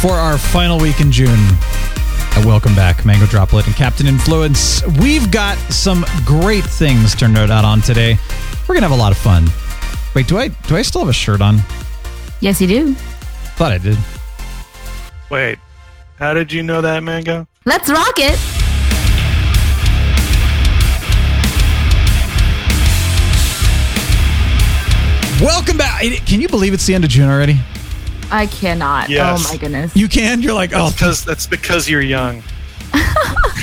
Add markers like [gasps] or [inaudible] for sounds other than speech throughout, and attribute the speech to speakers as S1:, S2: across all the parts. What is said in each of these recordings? S1: For our final week in June, uh, welcome back, Mango Droplet and Captain Influence. We've got some great things to nerd out on today. We're gonna have a lot of fun. Wait, do I do I still have a shirt on?
S2: Yes, you do.
S1: Thought I did.
S3: Wait, how did you know that, Mango?
S2: Let's rock it.
S1: Welcome back. It- Can you believe it's the end of June already?
S2: I cannot.
S3: Yes.
S2: Oh my goodness.
S1: You can. You're like, oh,
S3: Because that's because you're young.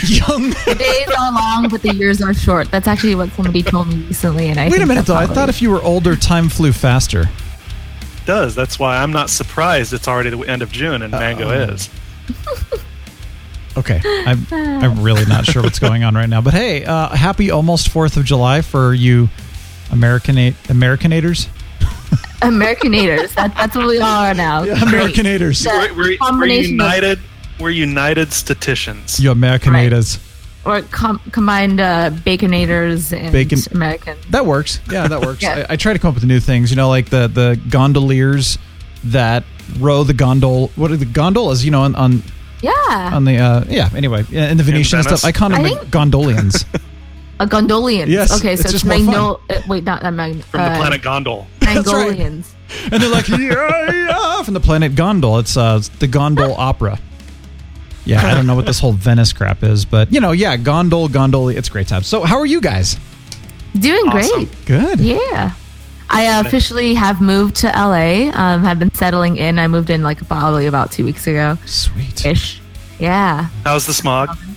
S1: young.
S2: The days are long, but the years are short. That's actually what somebody told me recently, and I
S1: Wait a
S2: think
S1: minute
S2: that's
S1: though. I
S2: probably-
S1: thought if you were older, time flew faster.
S3: It does. That's why I'm not surprised it's already the end of June and Mango is.
S1: Okay, I'm I'm really not sure what's going on right now. But hey, uh, happy almost Fourth of July for you, Americanate Americanators.
S2: Americanators. That, that's what we are now.
S1: Americanators.
S2: Great.
S3: We're,
S2: The
S3: we're, we're
S2: combination of-
S3: united. We're united statisticians.
S1: You Americanators.
S2: or com- combined uh, baconators and
S1: Bacon-
S2: Americans.
S1: That works. Yeah, that works.
S2: [laughs] Yeah.
S1: I, I try to come up with new things. You know, like the the gondoliers that row the gondol. What are the gondolas? You know, on on,
S2: Yeah,
S1: on the uh, yeah. Anyway, yeah, and the Venetian
S3: Venice.
S1: stuff. I call them
S2: I
S1: the
S2: think- [laughs]
S1: gondolians.
S2: a gondolian.
S1: Yes,
S2: Okay,
S1: it's
S2: so it's,
S1: just more fun.
S2: Mangol. uh, wait, not uh, Mang-
S3: From the
S1: [laughs]
S2: uh,
S3: planet Gondol.
S1: right.
S2: Mangolians.
S1: and they're like yeah, yeah, from the planet Gondol. It's uh it's the Gondol opera. Yeah, I don't know what this whole Venice crap is, but you know, yeah, Gondol, Gondoli. It's a great time. So, how are you guys?
S2: Doing
S3: Awesome.
S2: great.
S1: Good.
S2: Yeah. I uh, officially have moved to LA. Um, have been settling in. I moved in like probably about two weeks ago
S1: Sweet.
S2: ish. Yeah.
S3: How's the smog?
S2: Uh-huh.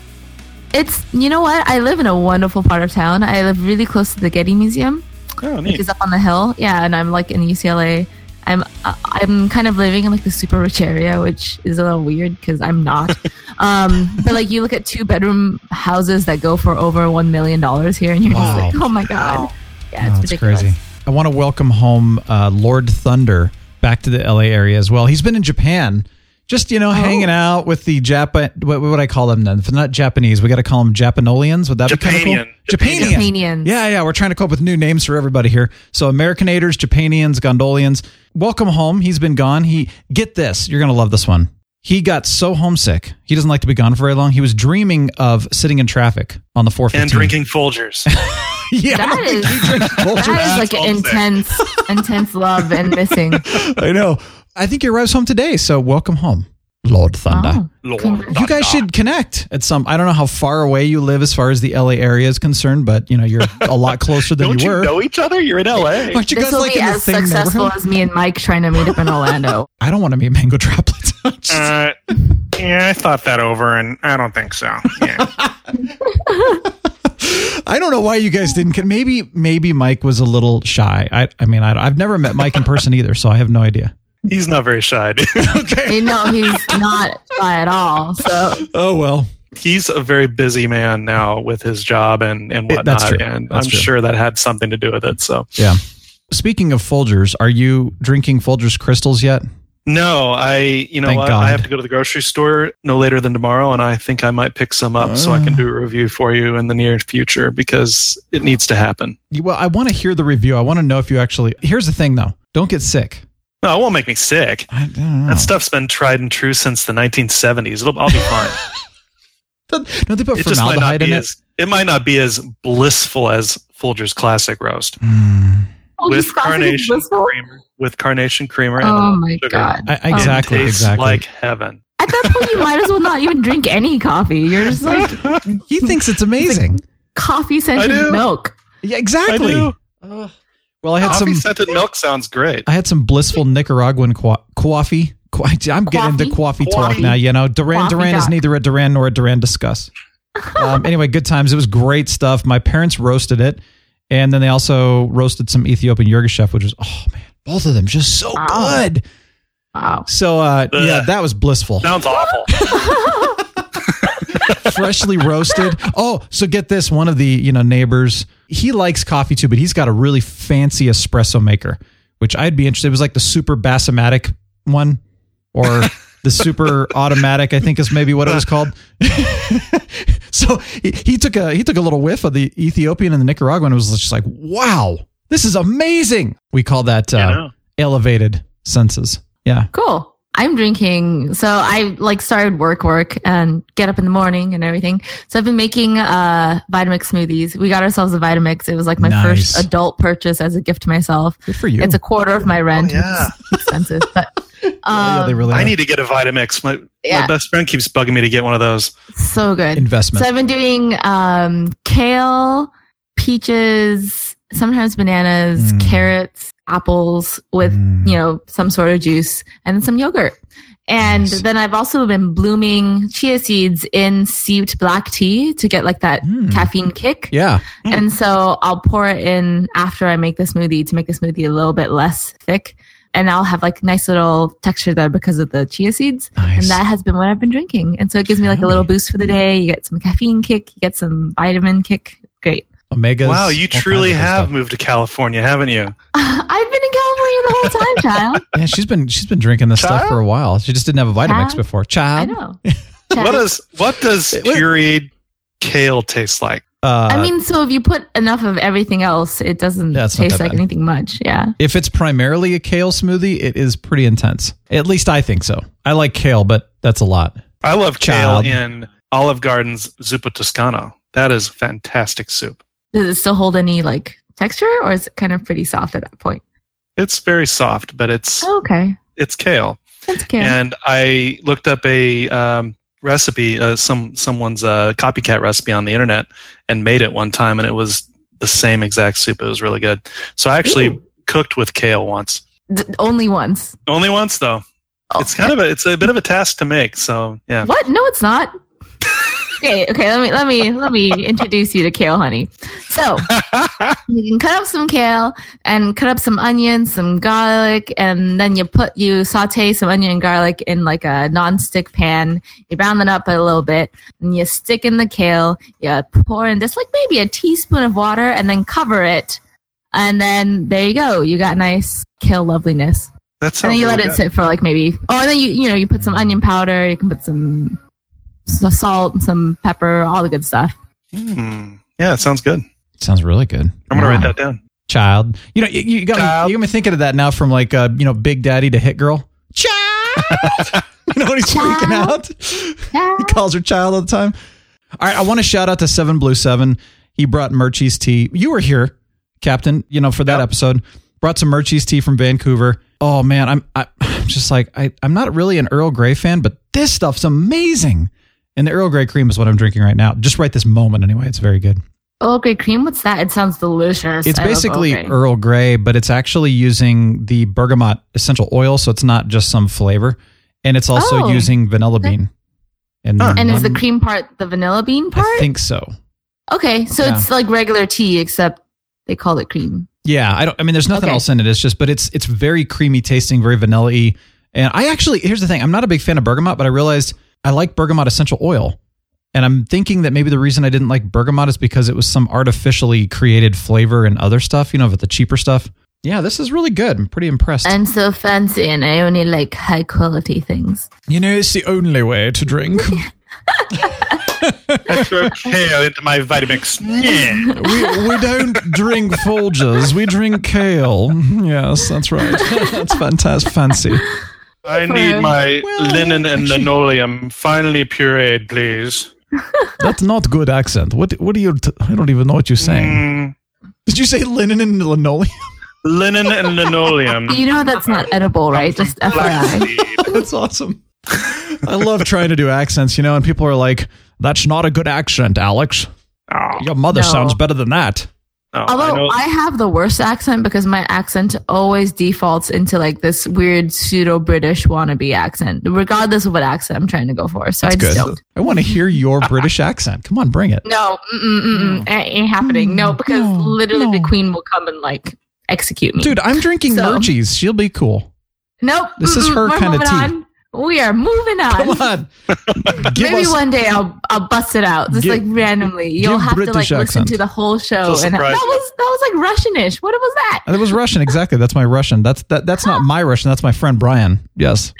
S2: It's, you know what? I live in a wonderful part of town. I live really close to the Getty Museum,
S3: Oh,
S2: which
S3: neat.
S2: is up on the hill. Yeah. And I'm like in UCLA. I'm uh, I'm kind of living in like the super rich area, which is a little weird because
S1: [laughs]
S2: I'm not. um, but like you look at two bedroom houses that go for over one million dollars here, and you're
S1: Wow.
S2: just like, oh my god, yeah, it's
S1: Oh,
S2: ridiculous.
S1: I want to welcome home uh, Lord Thunder back to the LA area as well. He's been in Japan, just you know, hanging
S2: Oh.
S1: out with the Japan. What what would I call them then? If they're not Japanese, we got to call them Japanolians. Would that be kind of
S3: Japanian.
S1: cool? Japanian.
S2: Japanians.
S1: Yeah, yeah. We're trying to come up with new names for everybody here. So Americanators, Japanians, Gondolians. Welcome home. He's been gone. He get this. You're gonna love this one. He got so homesick. He doesn't like to be gone for very long. He was dreaming of sitting in traffic on the 415
S3: And drinking Folgers.
S1: [laughs] Yeah, I
S2: That
S1: don't think [laughs]
S2: is-
S1: he drinks Folgers.
S2: That is [laughs] like
S3: all
S2: an
S3: I'm saying.
S2: intense, [laughs] intense love and
S1: [laughs]
S2: missing.
S1: I know. I think he arrives home today, so welcome home, Lord Thunder.
S2: Oh.
S3: Lord.
S1: You guys should connect at some. I don't know how far away you live as far as the LA area is concerned, but you know you're a
S3: [laughs]
S1: lot closer than
S3: Don't
S1: you
S3: you,
S1: were.
S3: know each other? You're in LA.
S1: Aren't you
S2: this
S1: guys [laughs]
S2: will
S1: like
S2: be
S1: in the
S2: as
S1: same
S2: successful
S1: neighborhood?
S2: as me and Mike trying to meet up in Orlando.
S1: I don't want to be a mango [laughs] droplet. Just-
S3: Uh, yeah, I thought that over, and I don't think so.
S1: [laughs]
S3: Yeah.
S1: I don't know why you guys didn't. con- Maybe maybe Mike was a little shy. I I mean I, I've never met Mike in person either, so I have no idea.
S3: He's not very shy. dude.
S2: You know, he's not by at all. So
S1: Oh well.
S3: He's a very busy man now with his job and, and
S1: It-
S3: whatnot.
S1: that's true.
S3: And
S1: That's
S3: I'm
S1: true.
S3: sure that had something to do with it. So
S1: Yeah. Speaking of Folgers, are you drinking Folgers crystals yet?
S3: No, I you know
S1: Thank
S3: what?
S1: God.
S3: I have to go to the grocery store no later than tomorrow, and I think I might pick some up so I can
S1: Ah.
S3: do a review for you in the near future because it needs to happen.
S1: You- Well, I want to hear the review. I want to know if you actually. Here's the thing, though. Don't get sick.
S3: No, it won't make me sick.
S1: I don't know.
S3: That stuff's been tried and true since the 1970s. It'll, I'll
S1: [laughs]
S3: be fine.
S1: Don't they put
S3: it just might not
S1: formaldehyde in
S3: be
S1: it?
S3: as it might not be as blissful as Folgers Classic Roast Oh, with
S1: Hmm.
S2: Folgers Classic is
S3: carnation
S2: blissful?
S3: creamer. With carnation creamer. and a
S2: Oh
S3: little
S2: my
S3: sugar.
S2: god!
S1: I, exactly.
S3: Um, Tastes
S1: Exactly.
S3: like heaven.
S2: At that point, you might as well not even drink any coffee. You're just like
S1: he thinks it's amazing.
S2: coffee
S3: I
S2: scented
S3: do.
S2: milk.
S1: yeah, exactly.
S3: I do.
S1: Well, I had some.
S3: Coffee scented milk sounds great.
S1: I had some blissful Nicaraguan qua- coffee. Qua- I'm getting into coffee talk
S2: Coffee.
S1: now. You know, Duran
S2: Coffee
S1: Duran is
S2: talk.
S1: neither a Duran nor a Duran
S2: [laughs]
S1: discuss. Um, anyway, good times. It was great stuff. My parents roasted it, and then they also roasted some Ethiopian Yirgacheffe, which was oh man, both of them just so good.
S2: Wow.
S1: So uh, yeah, that was
S3: [laughs]
S1: blissful. [laughs]
S3: Sounds awful.
S1: freshly roasted. Oh, so get this. One of the you know neighbors, he likes coffee too, but he's got a really fancy espresso maker, which I'd be interested. It was like the super bassomatic one,
S3: [laughs]
S1: or the super automatic. I think is maybe what it was called. [laughs] so he, he took a he took a little whiff of the Ethiopian and the Nicaraguan. and was just like, wow, this is amazing. We call that
S3: I
S1: uh,
S3: know.
S1: elevated senses. Yeah.
S2: Cool. I'm drinking. So I like started work, work, and get up in the morning and everything. So I've been making uh, Vitamix smoothies. We got ourselves a Vitamix. It was like my
S1: Nice.
S2: first adult purchase as a gift to myself.
S1: Good for you.
S2: It's a quarter of my rent.
S3: Oh, yeah.
S2: It's expensitive,
S3: [laughs]
S2: but um,
S1: yeah, they really
S3: I
S1: are.
S3: need to get a Vitamix. My, my
S2: Yeah.
S3: best friend keeps bugging me to get one of those.
S2: so good.
S1: investment.
S2: So I've been doing um, kale, peaches, sometimes bananas,
S1: Mm.
S2: carrots, apples with
S1: Mm.
S2: you know some sort of juice and some yogurt. And
S1: Nice.
S2: then I've also been blooming chia seeds in steeped black tea to get like that
S1: Mm.
S2: caffeine kick.
S1: yeah.
S2: And so I'll pour it in after I make the smoothie to make the smoothie a little bit less thick. And I'll have like nice little texture there because of the chia seeds.
S1: Nice.
S2: And that has been what I've been drinking. And so it gives me like a little boost for the day. You get some caffeine kick, you get some vitamin kick. Great.
S1: Omegas.
S3: Wow,
S1: all
S3: you
S1: kinds
S3: truly
S1: of good
S3: have
S1: stuff.
S3: moved to California, haven't you?
S2: [laughs] I've been in California the whole time, child.
S1: Yeah, she's been she's been drinking this stuff
S3: Child?
S1: for a while. She just didn't have a Vitamix
S2: Child?
S1: before.
S2: [laughs] I
S1: Child.
S2: [laughs] know.
S3: What does what does
S1: what-
S3: pureed kale taste like?
S1: Uh,
S2: I mean, so if you put enough of everything else, it doesn't
S1: Yeah, it's not
S2: taste
S1: that
S2: like
S1: bad.
S2: anything much. Yeah.
S1: if it's primarily a kale smoothie, it is pretty intense. At least I think so. I like kale, but that's a lot.
S3: I love
S1: Child.
S3: kale in Olive Garden's zuppa toscana. That is fantastic soup.
S2: Does it still hold any like texture or is it kind of pretty soft at that point?
S3: It's very soft, but it's
S2: Oh, okay.
S3: it's kale.
S2: That's cute.
S3: And I looked up a um, recipe, uh, some someone's uh, copycat recipe on the internet, and made it one time, and it was the same exact soup. It was really good. So I actually cooked with kale once.
S2: D- only once.
S3: Only once though.
S2: Oh,
S3: It's kind of a it's a bit of a task to make. So
S2: [laughs]
S3: yeah.
S2: What? No, it's not. okay, okay. Let me let me let me introduce you to kale, honey. So you can cut up some kale and cut up some onions, some garlic, and then you put you saute some onion and garlic in like a non-stick pan. You brown it up a little bit, and you stick in the kale. You pour in just like maybe a teaspoon of water, and then cover it. And then there you go. You got nice kale loveliness.
S3: That's
S2: and then you let it sit for like maybe oh and then you you know you put some onion powder you can put some s- salt and some pepper all the good stuff
S3: Hmm. Yeah, it sounds good.
S1: Sounds really good.
S3: I'm gonna write that down.
S1: Child. You know, you, you got
S3: Child.
S1: me you got me thinking of that now from like uh, you know, Big Daddy to Hit Girl. Child. [laughs] you know when he's freaking out?
S2: yeah
S1: he [laughs] calls her child all the time. All right, I want to shout out to Seven Blue Seven. He brought Murchie's tea. You were here, Captain. You know for that episode, brought some Murchie's tea from Vancouver. Oh man, I'm I, I'm just like I I'm not really an Earl Grey fan, but this stuff's amazing. And the Earl Grey cream is what I'm drinking right now, just right this moment. Anyway, it's very good.
S2: Earl Grey Oh, cream what's that it sounds delicious
S1: It's
S2: I love
S1: basically
S2: Earl Grey.
S1: Earl Grey, but it's actually using the bergamot essential oil, so it's not just some flavor, and it's also
S2: Oh.
S1: using vanilla
S2: Okay.
S1: bean.
S3: Huh.
S2: and is the
S1: one-
S2: cream part the vanilla bean
S1: I
S2: part
S1: think so.
S2: okay so
S1: Yeah.
S2: it's like regular tea except they call it cream
S1: Yeah, I don't. I mean, there's nothing
S2: Okay.
S1: else in it. It's just, but it's it's very creamy tasting, very vanilla y. And I actually, here's the thing: I'm not a big fan of bergamot, but I realized I like bergamot essential oil, and I'm thinking that maybe the reason I didn't like bergamot is because it was some artificially created flavor and other stuff, you know, with the cheaper stuff. Yeah, this is really good. I'm pretty impressed.
S2: and so fancy and I only like high quality things
S1: you know, it's the only way to
S2: [laughs]
S1: drink.
S3: I throw kale into my
S2: [laughs]
S3: Vitamix. Yeah.
S1: we, we don't drink Folgers, we drink kale. [laughs] Yes, that's right. [laughs] that's fantastic, fancy.
S3: I need my
S1: Well,
S3: linen and linoleum finally pureed, please.
S1: That's not good accent. What what are you? T- I don't even know what you're saying.
S3: Mm,
S1: Did you say linen and linoleum? [laughs]
S3: linen
S2: [laughs]
S3: and linoleum.
S2: you know that's not edible right just FYI
S3: Flaxseed.
S1: That's awesome. I love trying to do accents, you know, and people are like, "That's not a good accent, Alex.
S3: Oh,
S1: Your mother
S2: No.
S1: sounds better than that."
S3: no, I
S2: Although
S3: know-
S2: I, have the worst accent because my accent always defaults into like this weird pseudo British wannabe accent, regardless of what accent I'm trying to go for. So I just don't.
S1: I want to hear your British accent. Come on, bring it.
S2: No, mm-mm, mm-mm, it ain't happening. No,
S1: Mm,
S2: because literally the queen will come and like execute me.
S1: Dude, I'm drinking
S2: So-
S1: Murchie's. She'll be cool.
S2: Nope.
S1: This is
S2: mm-mm,
S1: her
S2: we're
S1: kinda
S2: moving
S1: tea.
S2: on. We are moving on.
S1: Come on. Give
S2: Maybe
S1: us-
S2: one day I'll I'll bust it out just
S1: Give-
S2: like randomly. You'll
S1: give
S2: have
S1: British
S2: to like
S1: accent.
S2: listen to the whole show.
S3: It's a
S2: And that
S3: surprise.
S2: was that was like Russianish. What was that?
S1: Uh, That was Russian, exactly. That's my Russian. That's that. That's not my Russian. That's my friend Brian. Yes,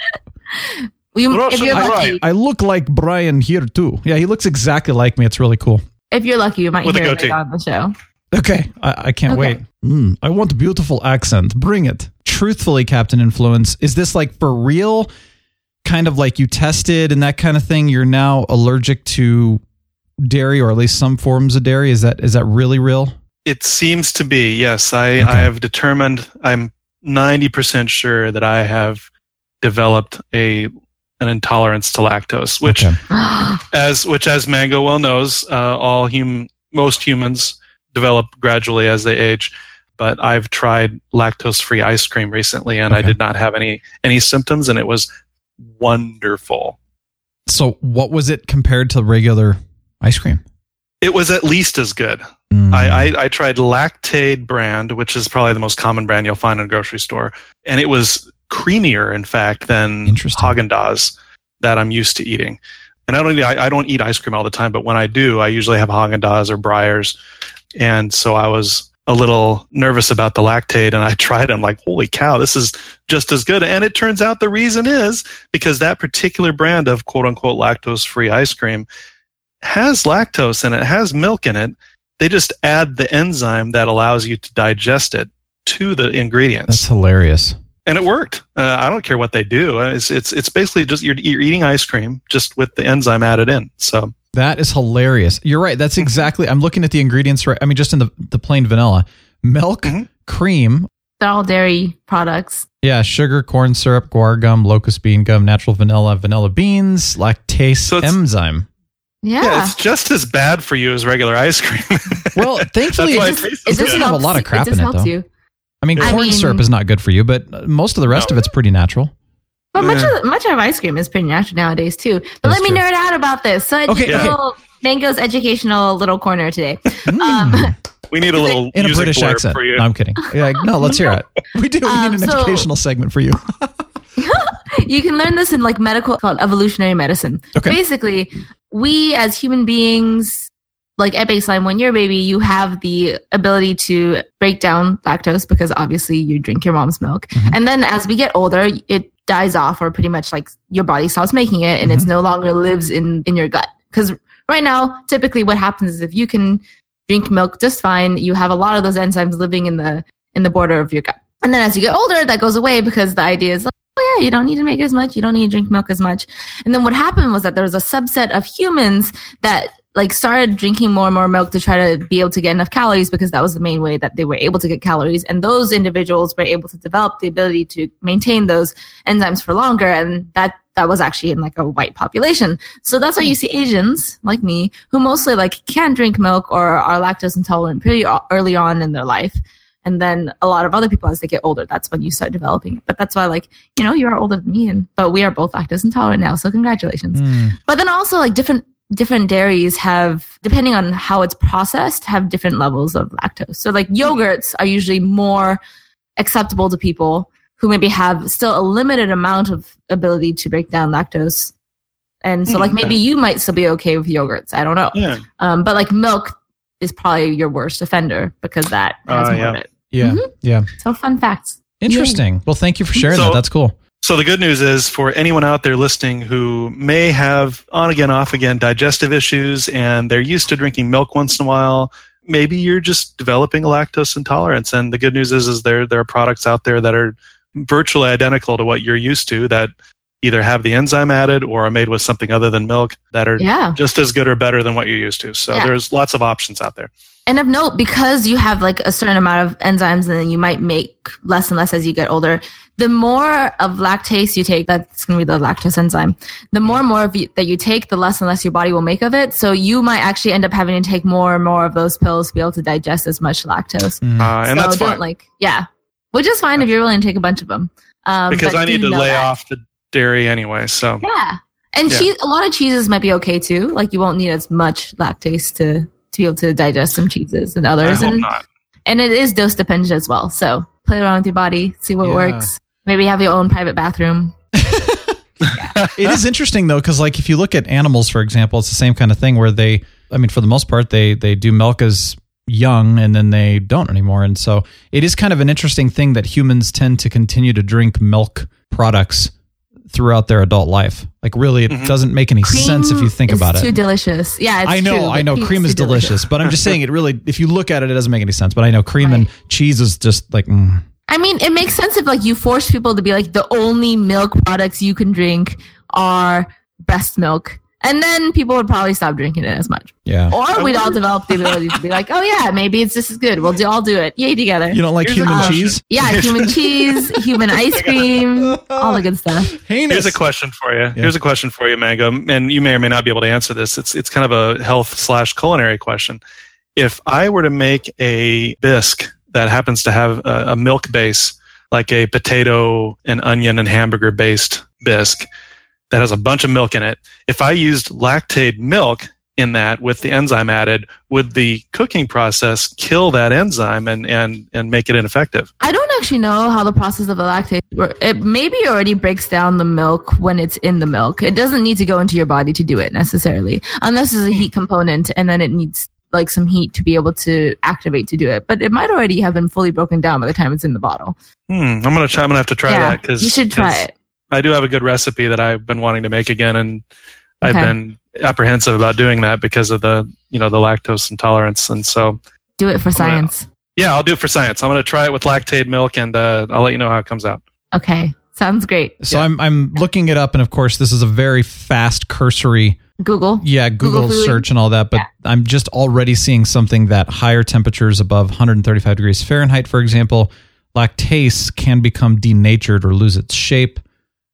S2: You, if
S3: Russian,
S2: you're
S3: right.
S2: lucky,
S1: I look like Brian here too. Yeah, he looks exactly like me. It's really cool.
S2: if you're lucky, you might
S3: With a
S2: hear it
S3: goatee.
S2: like, on the show. [gasps]
S1: Okay, I, I can't
S2: Okay.
S1: wait. Mm, I want a beautiful accent. Bring it. Truthfully, Captain Influence, is this like for real? Kind of like you tested and that kind of thing. You're now allergic to dairy, or at least some forms of dairy. Is that is that really real?
S3: It seems to be, yes.
S1: Okay.
S3: I, I have determined, I'm 90% sure that I have developed a an intolerance to lactose, which,
S1: Okay.
S3: as which as Mango well knows, uh, all hum, most humans develop gradually as they age. But I've tried lactose-free ice cream recently, and I
S1: Okay.
S3: did not have any any symptoms, and it was wonderful.
S1: So, what was it compared to regular ice cream?
S3: It was at least as good.
S1: Mm.
S3: I, I, I tried Lactaid brand, which is probably the most common brand you'll find in a grocery store, and it was creamier, in fact, than
S1: Interesting.
S3: Haagen Dazs that I'm used to eating. And I don't I, I don't eat ice cream all the time, but when I do, I usually have Haagen Dazs or Breyers, and so I was a little nervous about the Lactaid, and I [laughs] tried. It. I'm like, holy cow, this is just as good. And it turns out the reason is because that particular brand of quote unquote lactose free ice cream has lactose in it, has milk in it. They just add the enzyme that allows you to digest it to the ingredients.
S1: That's hilarious.
S3: and it worked. Uh, I don't care what they do. Uh, It's, it's, it's basically just you're, you're eating ice cream just with the enzyme added in. So
S1: That is hilarious. You're right. That's
S3: Mm-hmm.
S1: exactly. I'm looking at the ingredients right. I mean, just in the the plain vanilla, milk,
S3: Mhm.
S1: cream,
S2: They're all dairy products.
S1: yeah, sugar, corn syrup, guar gum, locust bean gum, natural vanilla, vanilla beans, lactase
S3: So it's-
S1: enzyme.
S2: Yeah.
S3: yeah. it's just as bad for you as regular ice cream. [laughs]
S1: Well, thankfully,
S3: That's why
S1: it,
S3: it tastes
S1: it
S3: so
S1: doesn't
S3: good.
S1: have a
S2: helps-
S1: lot of crap
S2: it
S1: in
S2: just
S1: it
S2: helps
S1: though.
S2: you.
S1: I mean,
S2: I
S1: corn
S2: mean-
S1: syrup is not good for you, but uh, most of the rest
S3: No.
S1: of it's pretty natural.
S2: But much
S3: Yeah.
S2: of much of ice cream is pretty natural nowadays too. But
S1: That's
S2: let me
S1: true.
S2: nerd out about this. So I did
S1: Okay,
S2: a
S1: okay.
S2: little Mango's educational little corner today.
S1: Mm.
S3: we need a little
S1: in a
S3: music
S1: British
S3: blurb
S1: accent.
S3: for you.
S1: No, I'm [laughs] kidding. Yeah, no, let's hear it. We do. We
S2: Um,
S1: need an
S2: so-
S1: educational segment for you.
S2: you can learn this in like medical called evolutionary medicine.
S1: Okay.
S2: Basically, we as human beings, like at baseline, when you're a baby, you have the ability to break down lactose because obviously you drink your mom's milk.
S1: Mhm.
S2: And then as we get older, it dies off or pretty much like your body stops making it and it's no longer lives in, in your gut. Because right now, typically what happens is if you can drink milk just fine, you have a lot of those enzymes living in the in the border of your gut. And then as you get older, that goes away because the idea is like, oh yeah, you don't need to make as much, you don't need to drink milk as much. And then what happened was that there was a subset of humans that like started drinking more and more milk to try to be able to get enough calories because that was the main way that they were able to get calories. And those individuals were able to develop the ability to maintain those enzymes for longer. And that that was actually in like a white population. So that's why you see Asians like me who mostly like can drink milk or are lactose intolerant pretty o- early on in their life and then a lot of other people as they get older that's when you start developing it but that's why like you know you are older than me and but we are both lactose intolerant now so congratulations
S1: Mm.
S2: but then also like different different dairies have depending on how it's processed have different levels of lactose so like yogurts are usually more acceptable to people who maybe have still a limited amount of ability to break down lactose and so like maybe you might still be okay with yogurts i don't know
S3: Hmm. Yeah.
S2: um, but like milk is probably your worst offender because that has more
S3: Uh,
S2: of
S3: yeah.
S2: it.
S1: Yeah, yeah.
S2: So fun facts.
S1: Interesting. Well, thank you for sharing
S3: So-
S1: that. That's cool.
S3: So the good news is for anyone out there listening who may have on again, off again digestive issues and they're used to drinking milk once in a while, maybe you're just developing a lactose intolerance. And the good news is, is there, there are products out there that are virtually identical to what you're used to that either have the enzyme added or are made with something other than milk that are
S2: Yeah.
S3: just as good or better than what you're used to. So
S2: Yeah.
S3: there's lots of options out there.
S2: And of note, because you have like a certain amount of enzymes and then you might make less and less as you get older, the more of lactase you take, that's going to be the lactose enzyme, the more and more of you, that you take, the less and less your body will make of it. So you might actually end up having to take more and more of those pills to be able to digest as much lactose.
S1: Hmm. Mm.
S3: Uh, and
S2: so
S3: that's
S2: don't
S3: fine
S2: like, yeah, which is fine if you're willing to take a bunch of them. Um,
S3: because
S2: but
S3: I
S2: do
S3: need to
S2: know
S3: lay
S2: that.
S3: off the dairy anyway. So
S2: Yeah. And
S3: Yeah.
S2: cheese a lot of cheeses might be okay too. Like you won't need as much lactase to to be able to digest some cheeses and
S3: I
S2: others.
S3: hope
S2: And
S3: not.
S2: and it is dose dependent as well. So play around with your body, see what
S1: Yeah.
S2: works. Maybe have your own private bathroom.
S1: it is interesting though because like if you look at animals for example it's the same kind of thing where they i mean for the most part they they do milk as young and then they don't anymore and so it is kind of an interesting thing that humans tend to continue to drink milk products throughout their adult life like really it
S3: Mm-hmm.
S1: doesn't make any sense if you think
S2: is
S1: about it
S2: Too delicious. Yeah, it's
S1: I know,
S2: true,
S1: I
S2: but
S1: know, cream
S2: too
S1: is delicious, but I'm just saying it really. If you look at it, it doesn't make any sense. But I know cream and cheese is just like mm.
S2: I mean, it makes sense if like you force people to be like the only milk products you can drink are breast milk, and then people would probably stop drinking it as much.
S1: yeah.
S2: Or we'd all develop the ability to be like, oh yeah, maybe it's just as good. We'll do, all do it, yay together.
S1: You don't like
S3: Here's a
S1: human
S3: question.
S1: cheese?
S2: yeah,
S1: [laughs]
S2: human cheese, human ice cream, all the good stuff.
S1: [laughs] Heinous.
S3: Here's a question for you. Here's a question for you, Mango, and you may or may not be able to answer this. It's it's kind of a health slash culinary question. If I were to make a bisque that happens to have a, a milk base, like a potato and onion and hamburger based bisque that has a bunch of milk in it, if I used lactate milk in that with the enzyme added, would the cooking process kill that enzyme and and and make it ineffective?
S2: I don't actually know how the process of the lactate. wor- It maybe already breaks down the milk when it's in the milk. It doesn't need to go into your body to do it necessarily, unless there's a heat component, and then it needs like some heat to be able to activate to do it. But it might already have been fully broken down by the time it's in the bottle.
S3: Hmm, I'm gonna try. I'm gonna have to try
S2: yeah,
S3: that because
S2: you should try it.
S3: I do have a good recipe that I've been wanting to make again, and I've
S2: Okay.
S3: been apprehensive about doing that because of the you know the lactose intolerance, and so
S2: Do it for science.
S3: yeah, I'll do it for science. I'm going to try it with lactate milk, and uh, I'll let you know how it comes out.
S2: Okay, sounds great.
S1: So I'm I'm looking it up, and of course, this is a very fast cursory,
S2: Google.
S1: yeah, Google,
S2: Google food.
S1: search and all that. But I'm just already seeing something that higher temperatures above 135 degrees Fahrenheit, for example, lactase can become denatured or lose its shape,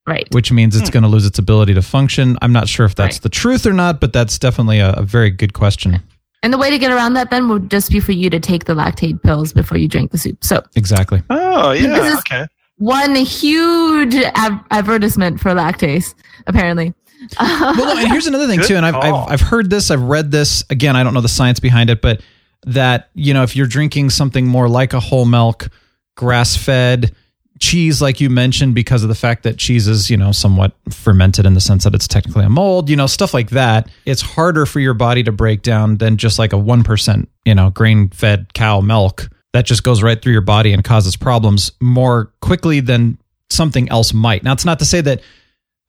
S2: Right.
S1: which means
S2: Hmm.
S1: it's going to lose its ability to function. I'm not sure if that's the truth or not, but that's definitely a, a very good question.
S2: And the way to get around that then would just be for you to take the lactate pills before you drink the soup. So
S1: Exactly.
S3: Oh yeah,
S2: This is-
S3: okay.
S2: one huge ad- advertisement for lactase, apparently. [laughs]
S1: [laughs] well, no, and here's another thing
S3: Good
S1: too, and I've,
S3: call.
S1: I've I've heard this, I've read this. Again, I don't know the science behind it, but that you know, if you're drinking something more like a whole milk, grass fed cheese, like you mentioned, because of the fact that cheese is you know somewhat fermented in the sense that it's technically a mold, you know, stuff like that, it's harder for your body to break down than just like a one percent you know grain fed cow milk that just goes right through your body and causes problems more quickly than something else might. Now, it's not to say that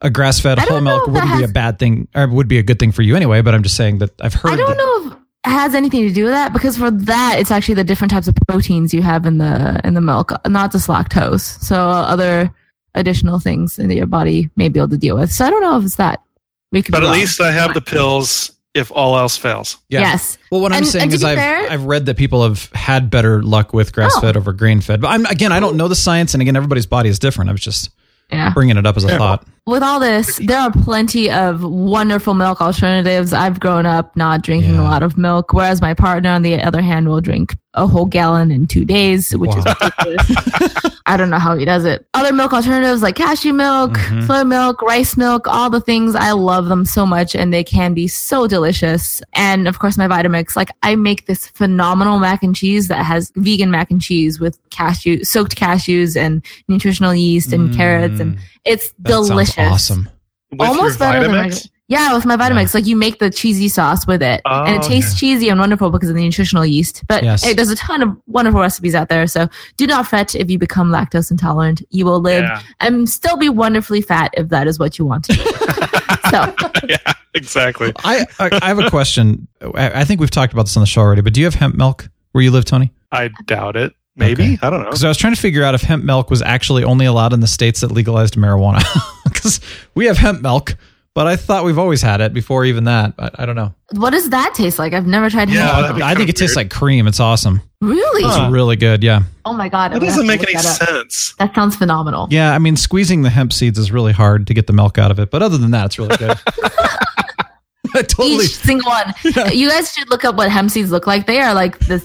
S1: a grass fed
S2: I don't
S1: whole milk
S2: know if that
S1: wouldn't be a
S2: has-
S1: bad thing or would be a good thing for you anyway, but I'm just saying that I've heard
S2: I don't
S1: that.
S2: know if it has anything to do with that because for that it's actually the different types of proteins you have in the in the milk, not just lactose. So other additional things that your body may be able to deal with. So I don't know if it's that. We could
S3: But
S2: be
S3: at
S2: wrong.
S3: least I have the pills. If all else fails,
S1: Yeah.
S2: yes.
S1: Well, what I'm
S2: And-
S1: saying
S2: and to
S1: is
S2: be
S1: I've,
S2: fair- Oh.
S1: I've read that people have had better luck with grass fed over grain fed. But I'm, again, I don't know the science. And again, everybody's body is different. I was just
S2: Yeah.
S1: bringing it up as a thought.
S2: with all this, there are plenty of wonderful milk alternatives. I've grown up not drinking
S1: Yeah.
S2: a lot of milk, whereas my partner, on the other hand, will drink a whole gallon in two days, which is
S1: Wow.
S2: ridiculous.
S1: [laughs]
S2: I don't know how he does it. Other milk alternatives like cashew milk,
S1: Mhm.
S2: soy milk, rice milk, all the things. I love them so much and they can be so delicious. And of course, my Vitamix. Like, I make this phenomenal mac and cheese that has vegan mac and cheese with cashew, soaked cashews and nutritional yeast and carrots. And it's
S1: Mm, That sounds
S2: delicious.
S1: Awesome.
S3: with
S2: Almost
S3: your
S2: better than
S3: Vitamix?
S2: regular. Yeah, with my Vitamix, like you make the cheesy sauce with it,
S3: Oh,
S2: and it tastes cheesy and wonderful because of the nutritional yeast. But
S1: Yes.
S2: it, there's a ton of wonderful recipes out there, so do not fret if you become lactose intolerant. You will live
S3: [laughs] Yeah.
S2: and still be wonderfully fat if that is what you want to. do.
S3: [laughs]
S2: so
S3: exactly.
S1: I, I, I have a question. I, I think we've talked about this on the show already, but do you have hemp milk where you live, Tony?
S3: I doubt it. Maybe
S1: Okay.
S3: I don't know.
S1: Because I was trying to figure out if hemp milk was actually only allowed in the states that legalized marijuana. [laughs] Because we have hemp milk, but I thought we've always had it before even that. But I don't know.
S2: what does that taste like? I've never tried.
S3: Yeah,
S2: Yeah,
S3: that'd be
S1: I think
S3: kinda
S1: it tastes
S3: weird.
S1: like cream. It's awesome.
S2: really?
S3: Huh.
S1: It's really good. Yeah.
S2: Oh my god, I'm
S3: That
S2: gonna have
S3: doesn't
S2: to
S3: make
S2: look
S3: any
S2: that up.
S3: sense.
S2: That sounds phenomenal.
S1: Yeah. I mean, squeezing the hemp seeds is really hard to get the milk out of it. But other than that, it's really
S2: [laughs]
S1: good. I totally.
S2: Each single one.
S1: [laughs] Yeah.
S2: You guys should look up what hemp seeds look like. They are like this.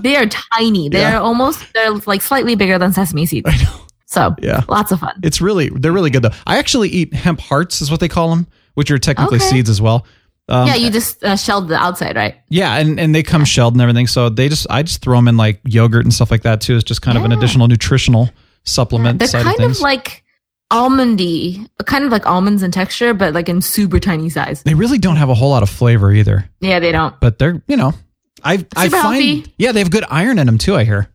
S2: They are tiny. They're
S1: Yeah.
S2: almost. They're like slightly bigger than sesame seeds. So
S1: Yeah.
S2: lots of fun.
S1: It's really, they're really good though. I actually eat hemp hearts, is what they call them, which are technically
S2: Okay.
S1: seeds as well. Um,
S2: yeah, you just uh, shelled the outside, right?
S1: Yeah, and, and they come shelled and everything. So they just I just throw them in like yogurt and stuff like that too. It's just kind of an additional nutritional supplement
S2: They're
S1: side
S2: kind
S1: of things.
S2: of like almondy, kind of like almonds in texture, but like in super tiny size.
S1: they really don't have a whole lot of flavor either,
S2: Yeah, they don't.
S1: but they're you know, I I
S2: Super
S1: find
S2: healthy.
S1: yeah they have good iron in them too. I hear.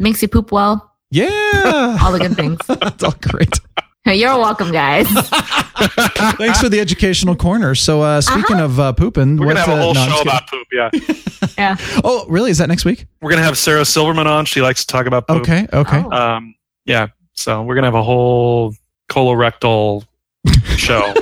S2: Makes you poop well.
S1: Yeah,
S2: All the good things.
S1: [laughs] that's all great.
S2: You're welcome, guys.
S1: Thanks for the educational corner. So uh, speaking
S2: Uh-huh.
S1: of uh, pooping,
S3: We're gonna
S1: what's,
S3: have a
S1: uh,
S3: whole
S1: no, I'm just
S3: show about poop. Yeah,
S2: yeah.
S1: kidding. Oh, really? Is that next week?
S3: we're gonna have Sarah Silverman on. She likes to talk about poop.
S1: Okay, okay.
S2: Oh.
S3: Um, yeah. So we're gonna have a whole colorectal show.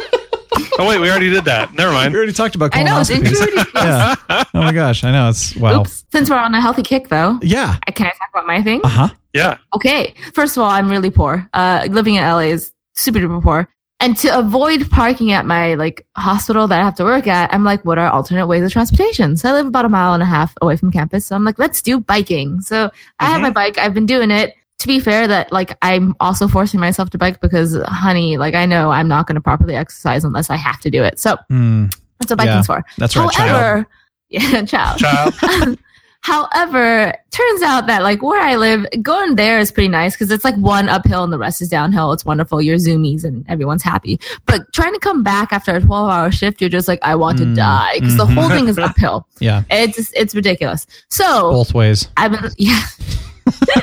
S3: oh wait, we already did that. Never
S1: We
S3: mind.
S1: already talked about
S2: I know, it's
S1: colonoscopies.
S2: included.
S3: [laughs]
S1: yeah. Oh my gosh, I know it's wow.
S2: Oops. Since we're on a healthy kick, though,
S1: Yeah.
S2: I can I talk about my thing?
S1: Uh huh.
S3: Yeah.
S2: Okay. First of all, I'm really poor. Uh, living in LA is super duper poor. And to avoid parking at my like hospital that I have to work at, I'm like, what are alternate ways of transportation? So I live about a mile and a half away from campus. So I'm like, let's do biking. So I have
S3: Mhm.
S2: my
S1: Mm-hmm.
S2: bike. I've been doing it. To be fair, that like I'm also forcing myself to bike because, honey, like I know I'm not going to properly exercise unless I have to do it. So
S1: Hmm.
S2: that's what biking's for.
S1: that's right. child.
S2: However, [laughs] yeah, child.
S3: Child.
S2: However, turns out that like where I live, going there is pretty nice because it's like one uphill and the rest is downhill. It's wonderful. You're zoomies and everyone's happy. But trying to come back after a 12 hour shift, you're just like, I want
S1: Mm,
S2: to die because
S1: mhm.
S2: the whole thing is uphill.
S1: Yeah.
S2: It's just- it's ridiculous. So
S1: Both
S2: [laughs]
S1: ways. [laughs]
S2: I've been yeah.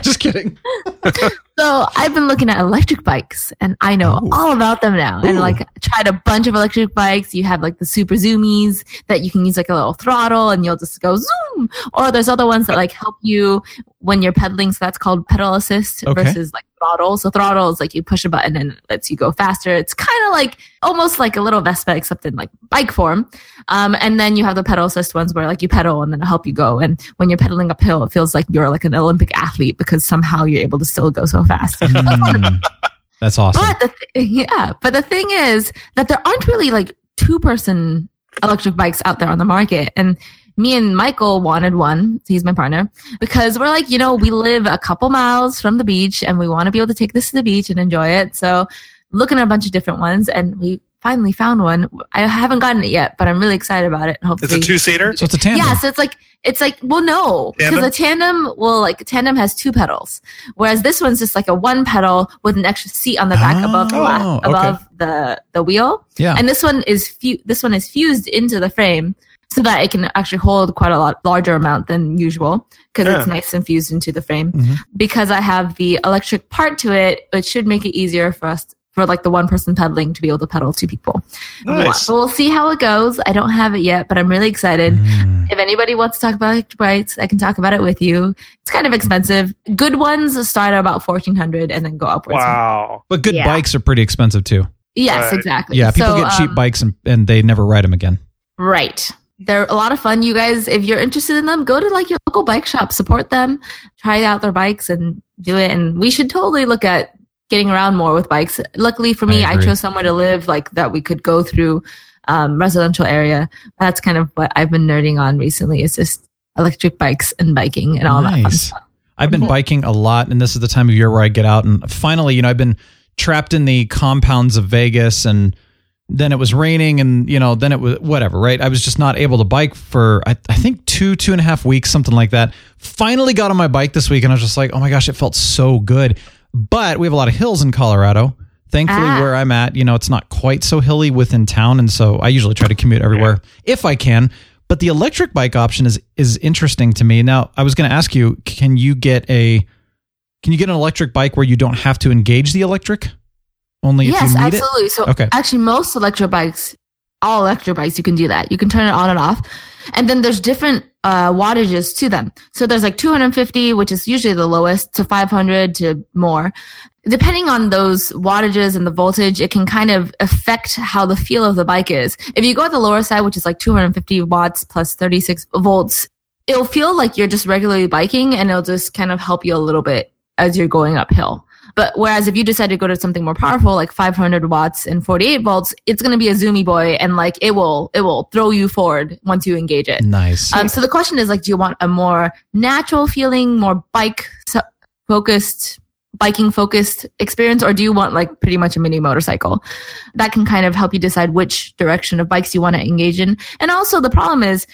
S1: Just kidding.
S2: So I've been looking at electric bikes and I know
S1: Oh.
S2: all about them now. And like tried a bunch of electric bikes. You have like the super zoomies that you can use like a little throttle and you'll just go zoom. Or Oh, there's other ones that like help you when you're pedaling. So that's called pedal assist
S1: Okay.
S2: versus like throttle. So throttle is like you push a button and it lets you go faster. It's kind of like almost like a little Vespa except in like bike form. Um, and then you have the pedal assist ones where like you pedal and then it'll help you go. And when you're pedaling uphill, it feels like you're like an Olympic athlete because somehow you're able to still go so fast.
S1: Mm. That's awesome.
S2: But the th- yeah, but the thing is that there aren't really like two person electric bikes out there on the market, and me and Michael wanted one. He's my partner because we're like, you know, we live a couple miles from the beach, and we want to be able to take this to the beach and enjoy it. So, looking at a bunch of different ones, and we finally found one. I haven't gotten it yet, but I'm really excited about it. and
S3: It's
S2: Hopefully,
S3: a two seater.
S1: so it's a tandem.
S2: yeah, so it's like it's like well no, because
S3: Tandem?
S2: a tandem will like tandem has two pedals, whereas this one's just like a one pedal with an extra seat on the back above the
S1: Oh,
S2: la-
S1: okay. Oh.
S2: above the the wheel,
S1: yeah.
S2: and this one is fu- this one is fused into the frame so that it can actually hold quite a lot larger amount than usual because it's
S3: Yeah.
S2: nice and fused into the frame.
S1: Mhm.
S2: Because I have the electric part to it, it should make it easier for us for like the one person pedaling to be able to pedal two people.
S3: Nice.
S2: So we'll see how it goes. I don't have it yet, but I'm really excited.
S1: Hmm.
S2: If anybody wants to talk about electric bikes, I can talk about it with you. It's kind of expensive. Good ones start at about fourteen hundred and then go upwards.
S3: Wow.
S1: but good
S2: yeah.
S1: bikes are pretty expensive too.
S2: Yes,
S3: Right.
S2: exactly.
S1: Yeah, people
S2: So,
S1: get cheap
S2: um,
S1: bikes and, and they never ride them again.
S2: Right. They're a lot of fun, you guys. If you're interested in them, go to like your local bike shop, support them, try out their bikes, and do it. And we should totally look at getting around more with bikes. Luckily for me,
S1: I
S2: I,
S1: agree.
S2: chose somewhere to live like that we could go through um, residential area. That's kind of what I've been nerding on recently. Is just electric bikes and biking and all that fun
S1: Nice.
S2: stuff.
S1: I've been biking a lot, and this is the time of year where I get out and finally, you know, I've been trapped in the compounds of Vegas, and then it was raining, and you know, then it was whatever, right? I was just not able to bike for I, I think two, two and a half weeks, something like that. Finally, got on my bike this week, and I was just like, oh my gosh, it felt so good. But we have a lot of hills in Colorado. Thankfully,
S2: Ah.
S1: where I'm at, you know, it's not quite so hilly within town, and so I usually try to commute everywhere if I can. But the electric bike option is is interesting to me. Now, I was going to ask you, can you get a can you get an electric bike where you don't have to engage the electric? Only if
S2: Yes,
S1: you need
S2: absolutely. So
S1: Okay.
S2: actually most electro bikes, all electro bikes, you can do that. You can turn it on and off. And then there's different uh, wattages to them. So there's like 250, which is usually the lowest, to 500 to more. Depending on those wattages and the voltage, it can kind of affect how the feel of the bike is. If you go at the lower side, which is like 250 watts plus 36 volts, it'll feel like you're just regularly biking and it'll just kind of help you a little bit as you're going uphill. But whereas if you decide to go to something more powerful, like 500 watts and 48 volts, it's going to be a zoomy boy, and like it will it will throw you forward once you engage it.
S1: it. Nice.
S2: Um, so the question is like, do you want a more natural feeling, more bike so- focused, biking focused experience, or do you want like pretty much a mini motorcycle? That can kind of help you decide which direction of bikes you want to engage in. And also the problem is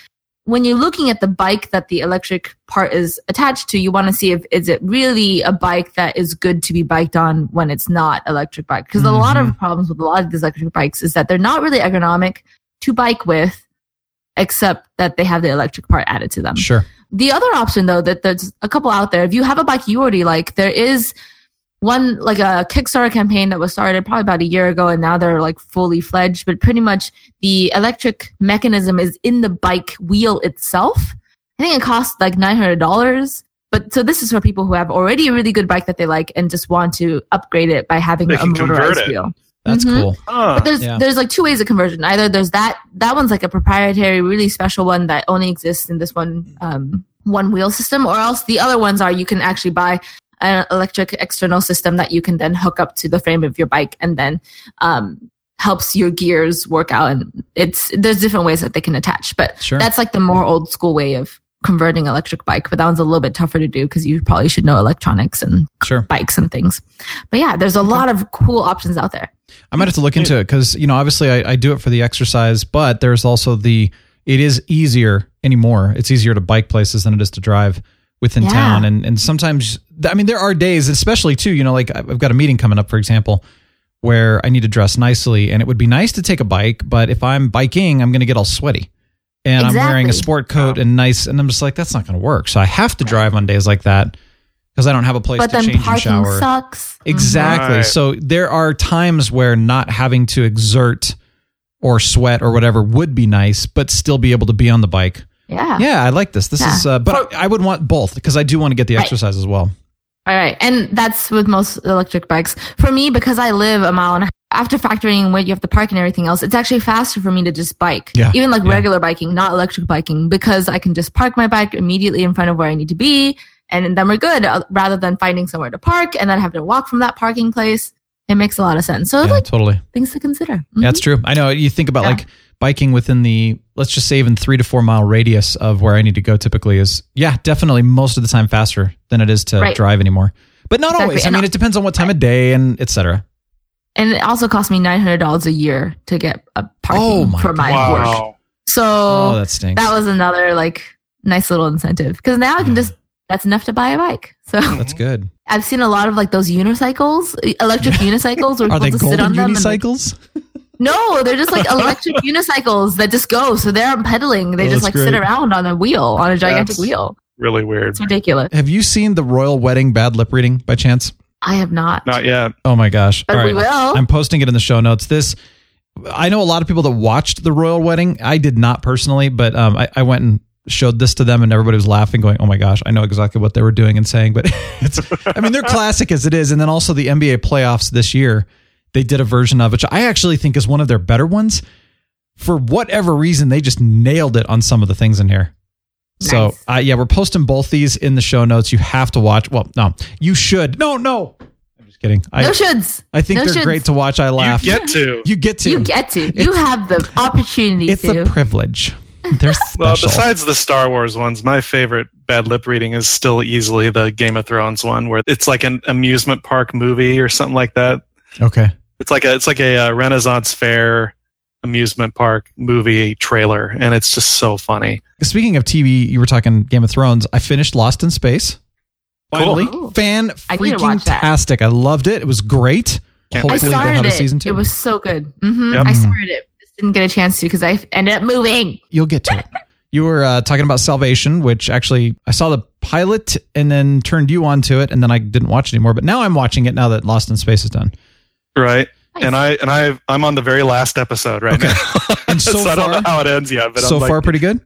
S2: when you're looking at the bike that the electric part is attached to, you want to see if is it really a bike that is good to be biked on when it's not electric bike. Because a lot of problems with a lot of these electric bikes is that they're not really ergonomic to bike with, except that they have the electric part added to them.
S1: Sure.
S2: The other option though, that there's a couple out there. If you have a bike you already like, there is one like a Kickstarter campaign that was started probably about a year ago, and now they're like fully fledged. But pretty much the electric mechanism is in the bike wheel itself. I think it costs like nine hundred dollars. But so this is for people who have already a really good bike that they like and just want to upgrade it by having
S3: They
S2: a
S3: can convert
S2: motorized
S3: it.
S2: wheel.
S1: That's
S2: Mhm.
S1: cool.
S3: Huh.
S2: But there's
S1: Yeah.
S2: there's like two ways of conversion. Either there's that that one's like a proprietary, really special one that only exists in this one um, one wheel system, or else the other ones are you can actually buy an electric external system that you can then hook up to the frame of your bike and then um, helps your gears work out. And it's there's different ways that they can attach, but
S1: Sure.
S2: that's like the more old school way of converting electric bike. But that one's a little bit tougher to do because you probably should know electronics and
S1: Sure.
S2: bikes and things. But yeah, there's a lot of cool options out there.
S1: I might have to look into it because, you know, obviously I, I do it for the exercise, but there's also the, it is easier anymore. It's easier to bike places than it is to drive within
S2: Yeah.
S1: town. And, and sometimes, I mean, there are days, especially too, you know, like I've I've got a meeting coming up, for example, where I need to dress nicely and it would be nice to take a bike, but if I'm biking, I'm going to get all sweaty and I'm wearing a
S2: Exactly.
S1: sport coat and nice. And I'm just like, that's not going to work. So I have to drive on days like that because I don't have a place
S2: but
S1: to
S2: then
S1: change and
S2: parking
S1: shower. Mm-hmm.
S2: sucks.
S1: Exactly.
S3: Right.
S1: So there are times where not having to exert or sweat or whatever would be nice, but still be able to be on the bike.
S2: Yeah.
S1: Yeah, I like this. This
S2: Yeah.
S1: is, uh, but I, I would want both because I do want to get the
S2: Right.
S1: exercise as well.
S2: All right. And that's with most electric bikes. For me, because I live a mile and a half, after factoring in what you have to park and everything else, it's actually faster for me to just bike.
S1: Yeah.
S2: Even like
S1: Yeah.
S2: regular biking, not electric biking, because I can just park my bike immediately in front of where I need to be. And then we're good uh, rather than finding somewhere to park and then have to walk from that parking place. It makes a lot of sense. So
S1: Yeah,
S2: like
S1: totally.
S2: things to consider. Mhm.
S1: Yeah, That's true. I know you think about
S2: Yeah.
S1: like biking within the, let's just say even three to four mile radius of where I need to go typically is, yeah, definitely most of the time faster than it is to
S2: Right.
S1: drive anymore. But not
S2: Exactly.
S1: always. I
S2: And
S1: mean,
S2: I-
S1: it depends on what time of day and et cetera.
S2: and it also cost me nine hundred dollars a year to get a parking
S1: Oh my
S2: for my work.
S3: wow.
S2: So
S1: Oh, that stinks.
S2: that was another like nice little incentive because now I can
S1: Yeah.
S2: just that's enough to buy a bike. So [laughs]
S1: That's good.
S2: I've seen a lot of like those unicycles, e,
S1: [laughs]
S2: electric unicycles, where
S1: Are
S2: people
S1: they
S2: just
S1: golden
S2: sit on them. and, like-
S1: unicycles?
S2: no, they're just like
S1: [laughs]
S2: electric unicycles that just go. So they're pedaling. They
S1: Oh,
S2: just like
S1: that's
S2: sit
S1: great.
S2: around on a wheel, on a gigantic
S3: That's-
S2: wheel.
S3: Really weird.
S2: It's ridiculous.
S1: Have you seen the royal wedding bad lip reading by chance?
S2: I have not.
S3: Not yet.
S1: Oh my gosh.
S2: But we will.
S1: I'm posting it in the show notes. This, I know a lot of people that watched the royal wedding. I did not personally, but um, I, I went and showed this to them and everybody was laughing going oh my gosh i know exactly what they were doing and saying but [laughs] it's i mean they're classic as it is and then also the nba playoffs this year they did a version of it, which i actually think is one of their better ones for whatever reason they just nailed it on some of the things in here so
S2: Nice.
S1: uh, yeah we're posting both these in the show notes you have to watch well no you should no no i'm just kidding
S2: no
S1: i,
S2: shoulds.
S1: I think
S2: no
S1: they're
S2: shoulds.
S1: great to watch i laugh
S3: You get to.
S1: You get to
S2: You get to. You have the opportunity
S1: it's
S2: to.
S1: a
S2: [laughs]
S1: privilege they're special
S3: Well, besides the Star Wars ones, my favorite bad lip reading is still easily the Game of Thrones one, where it's like an amusement park movie or something like that.
S1: okay
S3: It's like a it's like a, uh Renaissance fair amusement park movie trailer, and it's just so funny.
S1: Speaking of TV, you were talking Game of Thrones. I finished Lost in Space. Finally,
S2: Cool.
S1: fan
S2: I need to
S1: freaking
S2: watch that.
S1: tastic. I loved it. It was great.
S3: Can't
S1: Hopefully, they'll have
S2: I
S1: a
S2: started
S1: season
S2: it.
S1: two.
S2: It was so good. hmm
S3: Yep.
S2: I started it. Just didn't get a chance to because I ended up moving.
S1: You'll get to it. You were uh, talking about Salvation, which actually I saw the pilot and then turned you on to it, and then I didn't watch it anymore. But now I'm watching it now that Lost in Space is done.
S3: Right?
S2: Nice.
S3: And I and I I'm on the very last episode right
S1: Okay. [laughs]
S3: now,
S1: And so
S3: [laughs] so, I don't
S1: far-
S3: know how it ends yet. But
S1: so
S3: I'm like,
S1: far, pretty good.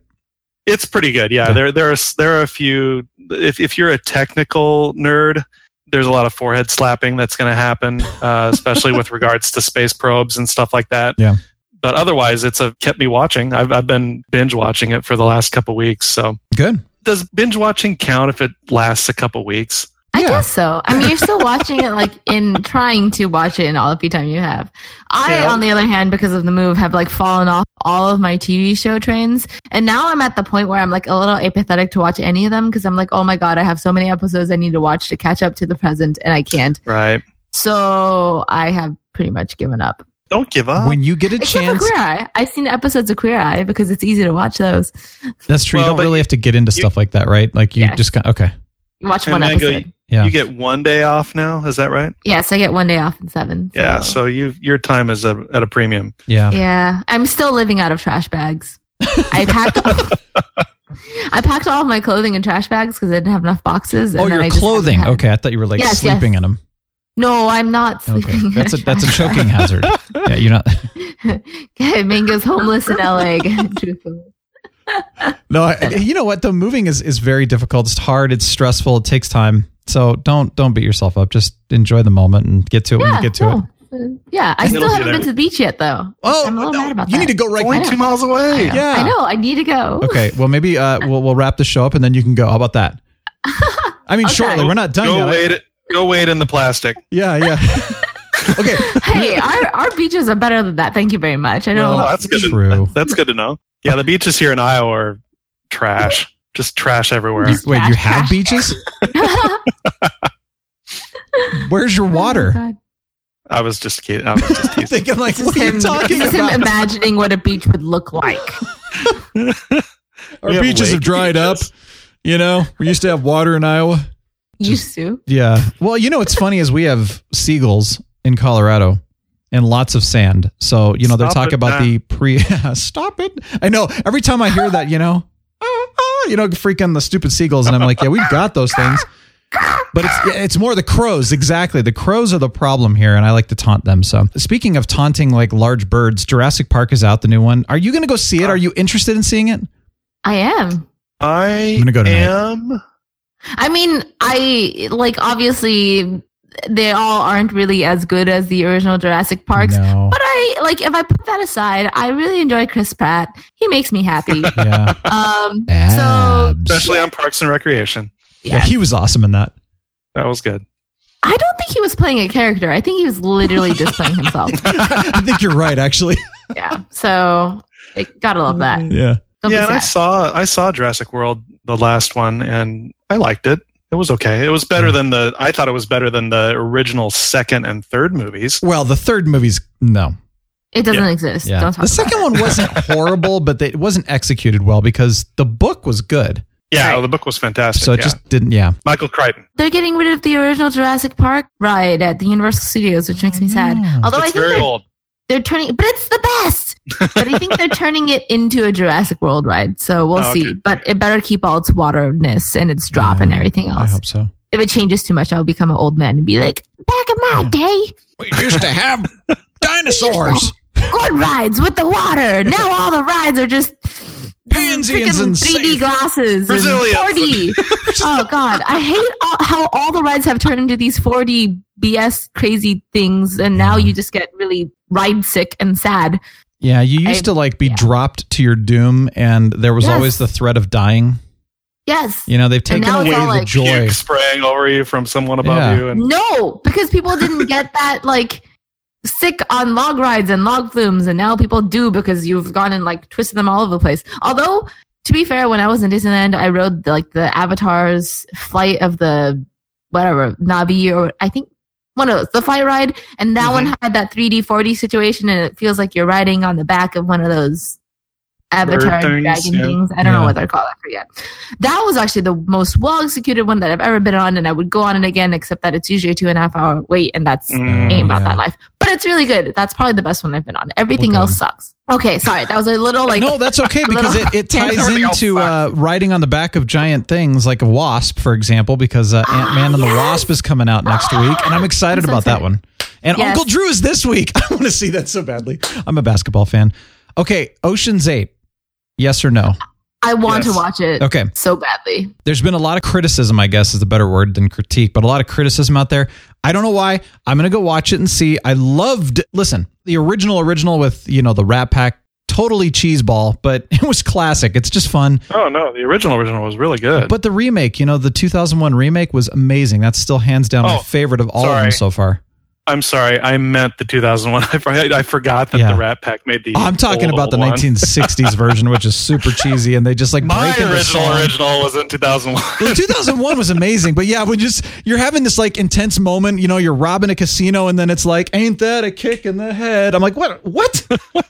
S3: It's pretty good. Yeah,
S1: Yeah.
S3: there there are s- there are a few. If if you're a technical nerd, there's a lot of forehead slapping that's going to happen, uh, especially
S1: [laughs]
S3: with regards to space probes and stuff like that.
S1: Yeah.
S3: But otherwise, it's a kept me watching. I've I've been binge watching it for the last couple weeks. So
S1: Good.
S3: does binge watching count if it lasts a couple weeks?
S2: I
S1: Yeah.
S2: guess so. I mean, you're still watching it, like in trying to watch it in all the free time you have. I,
S3: Yeah.
S2: on the other hand, because of the move, have like fallen off all of my TV show trains, and now I'm at the point where I'm like a little apathetic to watch any of them because I'm like, oh my god, I have so many episodes I need to watch to catch up to the present, and I can't.
S3: Right.
S2: So I have pretty much given up.
S3: Don't give up.
S1: when you get a
S2: Except for
S1: chance,
S2: Queer Eye. I've seen episodes of Queer Eye because it's easy to watch those.
S1: that's true.
S3: Well,
S1: you
S3: but
S1: don't really
S3: you-
S1: have to get into
S3: you-
S1: stuff like that, right? Like you
S2: Yes.
S1: just got okay.
S2: You watch
S3: And
S2: one
S3: Mango,
S2: episode.
S1: Yeah.
S3: You get one day off now. Is that right?
S2: Yes, I get one day off in seven. so-
S3: Yeah. So you your time is a, at a premium.
S1: yeah.
S2: Yeah, I'm still living out of trash bags. I packed.
S1: [laughs]
S2: I packed all of my clothing in trash bags because I didn't have enough boxes.
S1: Oh,
S2: and then
S1: your
S2: I just
S1: clothing.
S2: haven't had-
S1: Okay, I thought you were like
S2: Yes,
S1: sleeping
S2: yes.
S1: in them.
S2: No, I'm not sleeping. [laughs]
S1: Okay,
S2: in
S1: that's a
S2: trash
S1: that's a
S2: bags.
S1: choking
S2: [laughs]
S1: hazard. Yeah, you're not.
S2: Okay, Mango's homeless in LA. [laughs] Truthfully.
S1: [laughs] No, I, you know what? The moving is is very difficult. It's hard. It's stressful. It takes time. So don't don't beat yourself up. Just enjoy the moment and get to it when you
S2: Yeah,
S1: get to it.
S2: no. Uh, yeah, I
S3: And
S2: still
S3: it'll be
S2: haven't
S3: there.
S2: been to the beach yet, though.
S1: Oh,
S2: I'm a little mad about that.
S1: go right
S3: Only two miles away.
S1: Yeah.
S2: I know. I need to go.
S1: Okay. Well, maybe uh, we'll we'll wrap the show up and then you can go. How about
S2: [laughs]
S1: that? I mean,
S2: Okay.
S1: shortly. We're not done
S3: Go
S1: yet.
S3: wait. Go wait in the plastic.
S1: Yeah, yeah. [laughs] okay.
S2: [laughs] Hey, our, our beaches are better than that. Thank you very much. I know.
S1: Oh,
S3: Well, that's good.
S1: True.
S3: To, that's good to know. Yeah, the beaches here in Iowa are trash. Just trash everywhere.
S2: Just-
S1: Wait,
S2: Trash,
S1: you have
S2: trash.
S1: beaches?
S2: [laughs]
S1: Where's your [laughs] water?
S2: [laughs] God.
S3: I was just kidding. I was
S1: [laughs]
S3: just
S1: I'm
S3: teasing.
S1: thinking like,
S2: This
S1: what
S2: is
S1: are you
S2: him,
S1: talking
S2: this is him
S1: about?
S2: imagining what a beach would look like.
S1: [laughs] Our
S3: We have
S1: beaches have
S3: lake
S1: dried up.
S3: beaches.
S1: You know, we used to have water in Iowa.
S2: Used to.
S1: Yeah. Well, you know what's funny is we have seagulls in Colorado and lots of sand. So, you know, they
S3: Stop
S1: talk
S3: it,
S1: about
S3: Matt.
S1: the pre [laughs] stop it. I know every time I hear that, you know, [laughs] "Ah, ah," you know, freaking the stupid seagulls and I'm like, yeah, we've got those things. But it's yeah, it's more the crows, exactly. The crows are the problem here and I like to taunt them. So, speaking of taunting like large birds, Jurassic Park is out the new one. Are you going to go see it? Are you interested in seeing it?
S2: I am.
S3: I
S1: I'm gonna go tonight.
S3: am.
S2: I mean, I like obviously they all aren't really as good as the original Jurassic Parks. [laughs]
S1: No.
S2: But I like if I put that aside, I really enjoy Chris Pratt. He makes me
S1: [laughs]
S2: happy.
S1: Yeah.
S2: um so
S1: Abs.
S3: Especially on Parks and Recreation.
S1: yeah, he was awesome in that.
S3: That was good.
S2: I don't think he was playing a character. I think he was literally just
S1: [laughs]
S2: playing himself.
S1: I think you're right actually.
S2: yeah. So it, gotta love that.
S1: Yeah.
S2: Don't
S3: yeah, and I
S2: be sad.
S3: saw I saw Jurassic World the last one, and I liked it. It was okay. It was better than the. I thought it was better than the original second and third movies.
S1: Well, the third movie's no.
S2: It doesn't
S3: Yeah.
S2: exist.
S1: Yeah.
S2: Don't talk
S1: the second
S2: about
S1: one [laughs] wasn't horrible, but they, it wasn't executed well because the book was good.
S3: Yeah,
S2: Right.
S3: the book was fantastic.
S1: So it
S3: yeah.
S1: just didn't, yeah.
S3: Michael Crichton.
S2: it. They're getting rid of the original Jurassic Park ride at the Universal Studios, which makes me
S1: Mm.
S2: sad. Although I
S3: It's
S2: think
S3: very
S2: they're,
S3: old.
S2: they're turning but it's the best. but I
S1: [laughs]
S2: think they're turning it into a Jurassic World ride. So we'll
S3: Oh,
S2: see.
S3: okay.
S2: But it better keep all its waterness and its drop
S1: Yeah.
S2: and everything
S1: I
S2: else.
S1: hope so.
S2: if it changes too much, I'll become an old man and be like, back in my day,
S1: We used to [laughs] have dinosaurs,
S2: good rides with the water.
S1: [laughs]
S2: Now all the rides are just
S1: Pansians
S2: freaking
S1: and
S2: 3D
S1: safe.
S2: glasses and [laughs]
S3: Brazilians.
S1: [laughs]
S2: 4D. oh God, I hate all, how all the rides have turned into these 4D BS crazy things, and now
S1: Yeah.
S2: you just get really ride sick and sad.
S1: Yeah, you used
S2: I-
S1: to like be
S2: yeah.
S1: dropped to your doom, and there was
S2: Yes.
S1: always the threat of dying.
S2: Yes.
S1: You know, they've
S2: And
S1: taken
S2: now
S1: away
S2: it's
S1: the
S2: all like-
S1: joy.
S3: Puke spraying over you from someone above
S1: Yeah.
S3: you, and
S2: No, because people didn't
S3: [laughs]
S2: get that like sick on log rides and log flumes, and now people do because you've gone and like twisted them all over the place. Although, to be fair, when I was in Disneyland, I rode like the Avatar's flight of the whatever Navi or I think one of those the flight ride, and that one
S3: Mm-hmm.
S2: had that 3D 4D situation, and it feels like you're riding on the back of one of those. Avatar dragon
S3: things, yeah.
S2: things. I don't
S1: Yeah.
S2: know what they're called. I forget that was actually the most well executed one that I've ever been on, and I would go on it again, except that it's usually a two and a half hour wait, and that's
S3: Mm,
S2: ain't about
S1: yeah.
S2: that life. But it's really good. That's probably the best one I've been on. Everything
S1: Okay.
S2: else sucks. Okay, sorry, that was a little like
S1: no, that's
S2: [laughs]
S1: okay because it, it ties
S3: Everything else
S1: into uh, riding on the back of giant things like a wasp, for example, because uh, Ant Man and the
S2: Ah,
S1: Wasp is coming out next week, and I'm excited
S2: I'm so
S1: about that
S2: excited.
S1: one. And
S2: Yes.
S1: Uncle Drew is this week. [laughs] I want to see that so badly. I'm a basketball fan. Okay, Ocean's Eight. Yes or no?
S2: I want
S3: Yes.
S2: to watch it
S1: Okay.
S2: so badly.
S1: There's been a lot of criticism, I guess is the better word than critique, but a lot of criticism out there. I don't know why. I'm going to go watch it and see. I loved, listen, the original, original with, you know, the Rat Pack, totally cheese ball, but [laughs] it was classic. It's just fun.
S3: oh no, the original original was really good.
S1: But the remake, you know, the 2001 remake was amazing. That's still hands down my
S3: Oh,
S1: favorite of all of them
S3: sorry.
S1: so far.
S3: I'm sorry. I meant the 2001. [laughs] I, for- I forgot that
S1: Yeah.
S3: the Rat Pack made the.
S1: I'm talking
S3: old,
S1: about
S3: old
S1: the
S3: [laughs] one.
S1: 1960s version, which is super cheesy, and they just like
S3: My
S1: break into
S3: original
S1: song.
S3: original was in 2001.
S1: Well, 2001 was amazing, but yeah, when just you're having this like intense moment, you know, you're robbing a casino, and then it's like, "Ain't that a kick in the head?" I'm like, "What? What?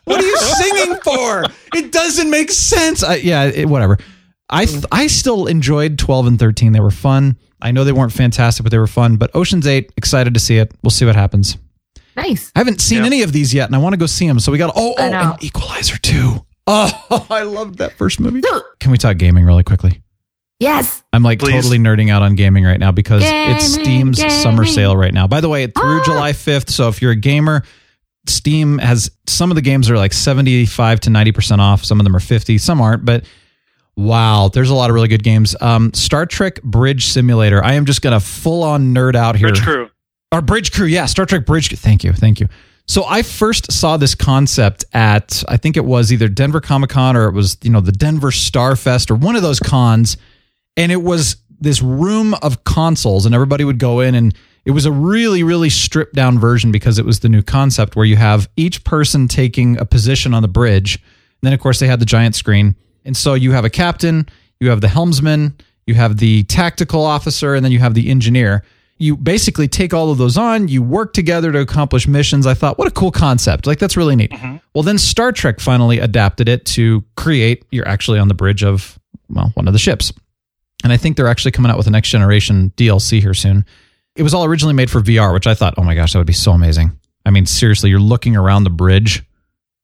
S1: What are you singing for? It doesn't make sense." I, yeah, it, whatever. I th- I still enjoyed 12 and 13. They were fun. I know they weren't fantastic, but they were fun. But Ocean's Eight, excited to see it. We'll see what happens.
S2: Nice.
S1: I haven't seen
S3: Yeah.
S1: any of these yet, and I want to go see them. So we got oh, oh
S2: I know.
S1: and Equalizer too. [laughs] Oh, I loved that first movie.
S2: Dude.
S1: Can we talk gaming really quickly?
S2: Yes.
S1: I'm like
S3: Please.
S1: totally nerding out on gaming right now because it's
S2: Gaming,
S1: Steam's summer
S2: gaming.
S1: sale right now. By the way, through
S2: Ah.
S1: July 5th. So if you're a gamer, Steam has some of the games are like 75 to 90% off. Some of them are 50, some aren't, but wow, there's a lot of really good games. Um, Star Trek Bridge Simulator. I am just going to full on nerd out here.
S3: Rich Crew.
S1: Our Bridge Crew, yeah, Star Trek Bridge. Crew. Thank you, thank you. So I first saw this concept at I think it was either Denver Comic Con or it was you know the Denver Star Fest or one of those cons, and it was this room of consoles and everybody would go in and it was a really really stripped down version because it was the new concept where you have each person taking a position on the bridge and then of course they had the giant screen and so you have a captain you have the helmsman you have the tactical officer and then you have the engineer you basically take all of those on you work together to accomplish missions i thought what a cool concept like that's really neat well then star trek finally adapted it to create you're actually on the bridge of well one of the ships and I think they're actually coming out with a next generation DLC here soon. It was all originally made for VR, which I thought, oh my gosh, that would be so amazing. I mean, seriously, you're looking around the bridge,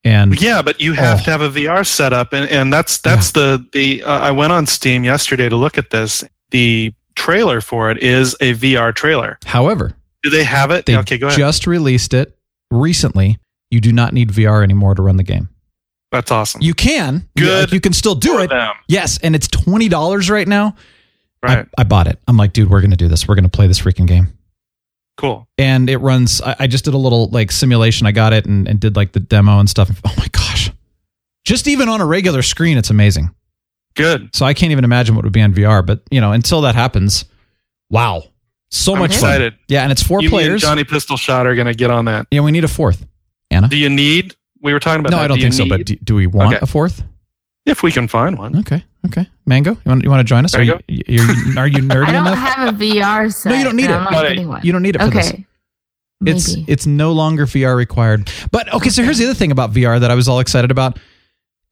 S1: and
S3: Yeah, but you have
S1: Oh.
S3: to have a VR setup, and, and that's that's the the. Uh, I went on Steam yesterday to look at this. The trailer for it is a VR trailer.
S1: however,
S3: Do they have it?
S1: they
S3: okay, go ahead.
S1: just released it recently. You do not need VR anymore to run the game.
S3: that's awesome.
S1: You can, You-
S3: Good
S1: like, you can still do
S3: For
S1: it.
S3: them,
S1: Yes, and it's twenty dollars right now. I-
S3: right?
S1: I, bought it. I'm like, dude, we're gonna do this. We're gonna play this freaking game.
S3: cool.
S1: and it runs I, I just did a little like simulation i got it and, and did like the demo and stuff oh my gosh just even on a regular screen it's amazing
S3: Good.
S1: so i can't even imagine what would be on vr but you know until that happens wow so
S3: I'm
S1: much
S3: excited.
S1: fun yeah and it's four
S3: you me and
S1: players
S3: Johnny Pistol Shot are going to get on that.
S1: yeah we need a fourth anna
S3: Do you need? We were talking about.
S1: no
S3: that.
S1: i don't
S3: Do you
S1: think so but
S3: need-
S1: do, do we want
S3: Okay.
S1: a fourth
S3: if we can find one,
S1: okay okay mango you want, you want to join us are you,
S3: Mango?
S1: you're, are
S2: [laughs]
S1: you nerdy
S2: I don't
S1: enough
S2: have a VR set.
S1: No, you don't need
S2: and
S1: it.
S2: I'm
S3: Got
S2: not
S3: it.
S2: getting one.
S1: you don't need it for this
S2: Okay. Maybe.
S1: It's it's no longer VR required. But okay, so here's the other thing about VR that I was all excited about.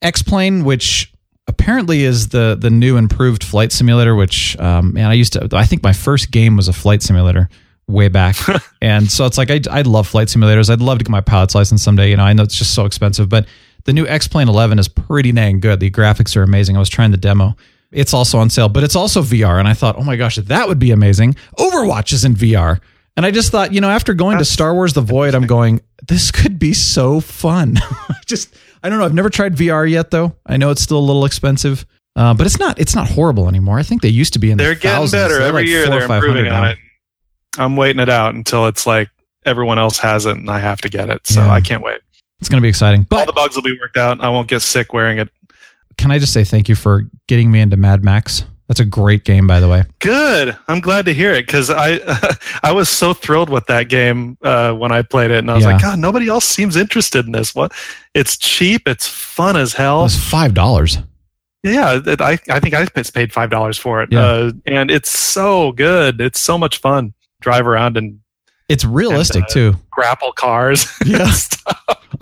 S1: X Plane, which apparently is the the new improved flight simulator, which um, man, I used to. I think my first game was a flight simulator way back, and so it's like I I love flight simulators. I'd love to get my pilot's license someday. You know, I know it's just so expensive, but the new X Plane 11 is pretty dang good. The graphics are amazing. I was trying the demo. It's also on sale, but it's also VR. And I thought, oh my gosh, that would be amazing. Overwatch is in VR. And I just thought, you know, after going to Star Wars The Void, I'm going, this could be so fun. [laughs] just, I don't know. I've never tried VR yet, though. I know it's still a little expensive, uh, but it's not, it's not horrible anymore. I think they used to be in the
S3: they're getting
S1: thousands.
S3: better
S1: They're
S3: every
S1: like
S3: year.
S1: four or
S3: They're improving
S1: 500
S3: on
S1: now.
S3: it. I'm waiting it out until it's like everyone else has it and I have to get it. So
S1: Yeah.
S3: I can't wait.
S1: It's going to be exciting.
S3: All
S1: But
S3: the bugs will be worked out. I won't get sick wearing it.
S1: can I just say thank you for getting me into Mad Max? That's a great game, by the way.
S3: Good. I'm glad to hear it because I [laughs] I was so thrilled with that game uh, when I played it, and I was
S1: Yeah.
S3: like, God, nobody else seems interested in this. What? It's cheap. It's fun as
S1: It
S3: hell.
S1: was $5.
S3: yeah, it, I I think I paid five dollars for it,
S1: Yeah.
S3: uh, and it's so good. It's so much fun. Drive around and
S1: It's realistic
S3: And, uh, [laughs]
S1: too.
S3: grapple cars. [laughs]
S1: Yeah.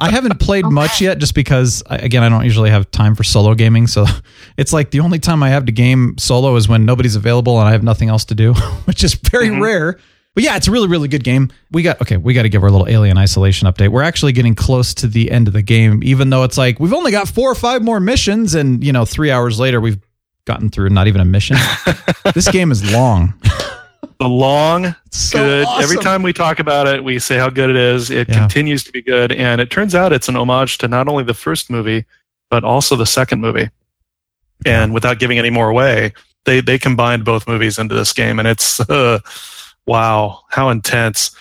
S1: I haven't played much yet just because I- again I don't usually have time for solo gaming so [laughs] it's like the only time I have to game solo is when nobody's available and I have nothing else to do [laughs] which is very
S3: Mm-hmm.
S1: rare. But yeah, it's a really really good game. We got okay, we got to give our little Alien Isolation update. We're actually getting close to the end of the game even though it's like we've only got 4 or 5 more missions and you know 3 hours later we've gotten through not even a
S3: [laughs]
S1: mission. this game is long.
S3: the long
S1: so
S3: good every
S1: awesome.
S3: time we talk about it we say how good it is it
S1: Yeah.
S3: continues to be good and it turns out it's an homage to not only the first movie but also the second movie and without giving any more away they they combined both movies into this game and it's [laughs] uh, wow
S2: [laughs]
S3: how intense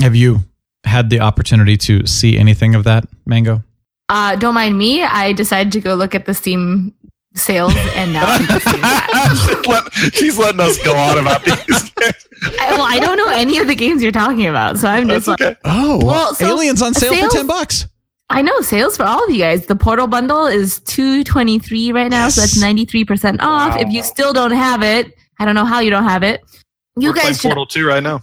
S1: Have you had the opportunity to see anything of that, Mango?
S2: Uh, don't mind me. I decided to go look at the Steam
S1: [laughs]
S2: sales, and now I'm just doing that. [laughs]
S3: she's, let- she's letting us go on about these games.
S2: I, well, I don't know any of the games you're talking about, so I'm just
S3: That's
S2: like,
S3: okay.
S1: Oh,
S2: Well, so
S1: Aliens on sale
S2: sales-
S1: for 10 bucks.
S2: I know sales for all of you guys. The Portal bundle is two twenty three right now, so that's
S1: Yes.
S2: ninety three percent off. If you still don't have it, I don't know how you don't have it. You
S3: We're playing
S2: guys should
S3: Portal 2 right now.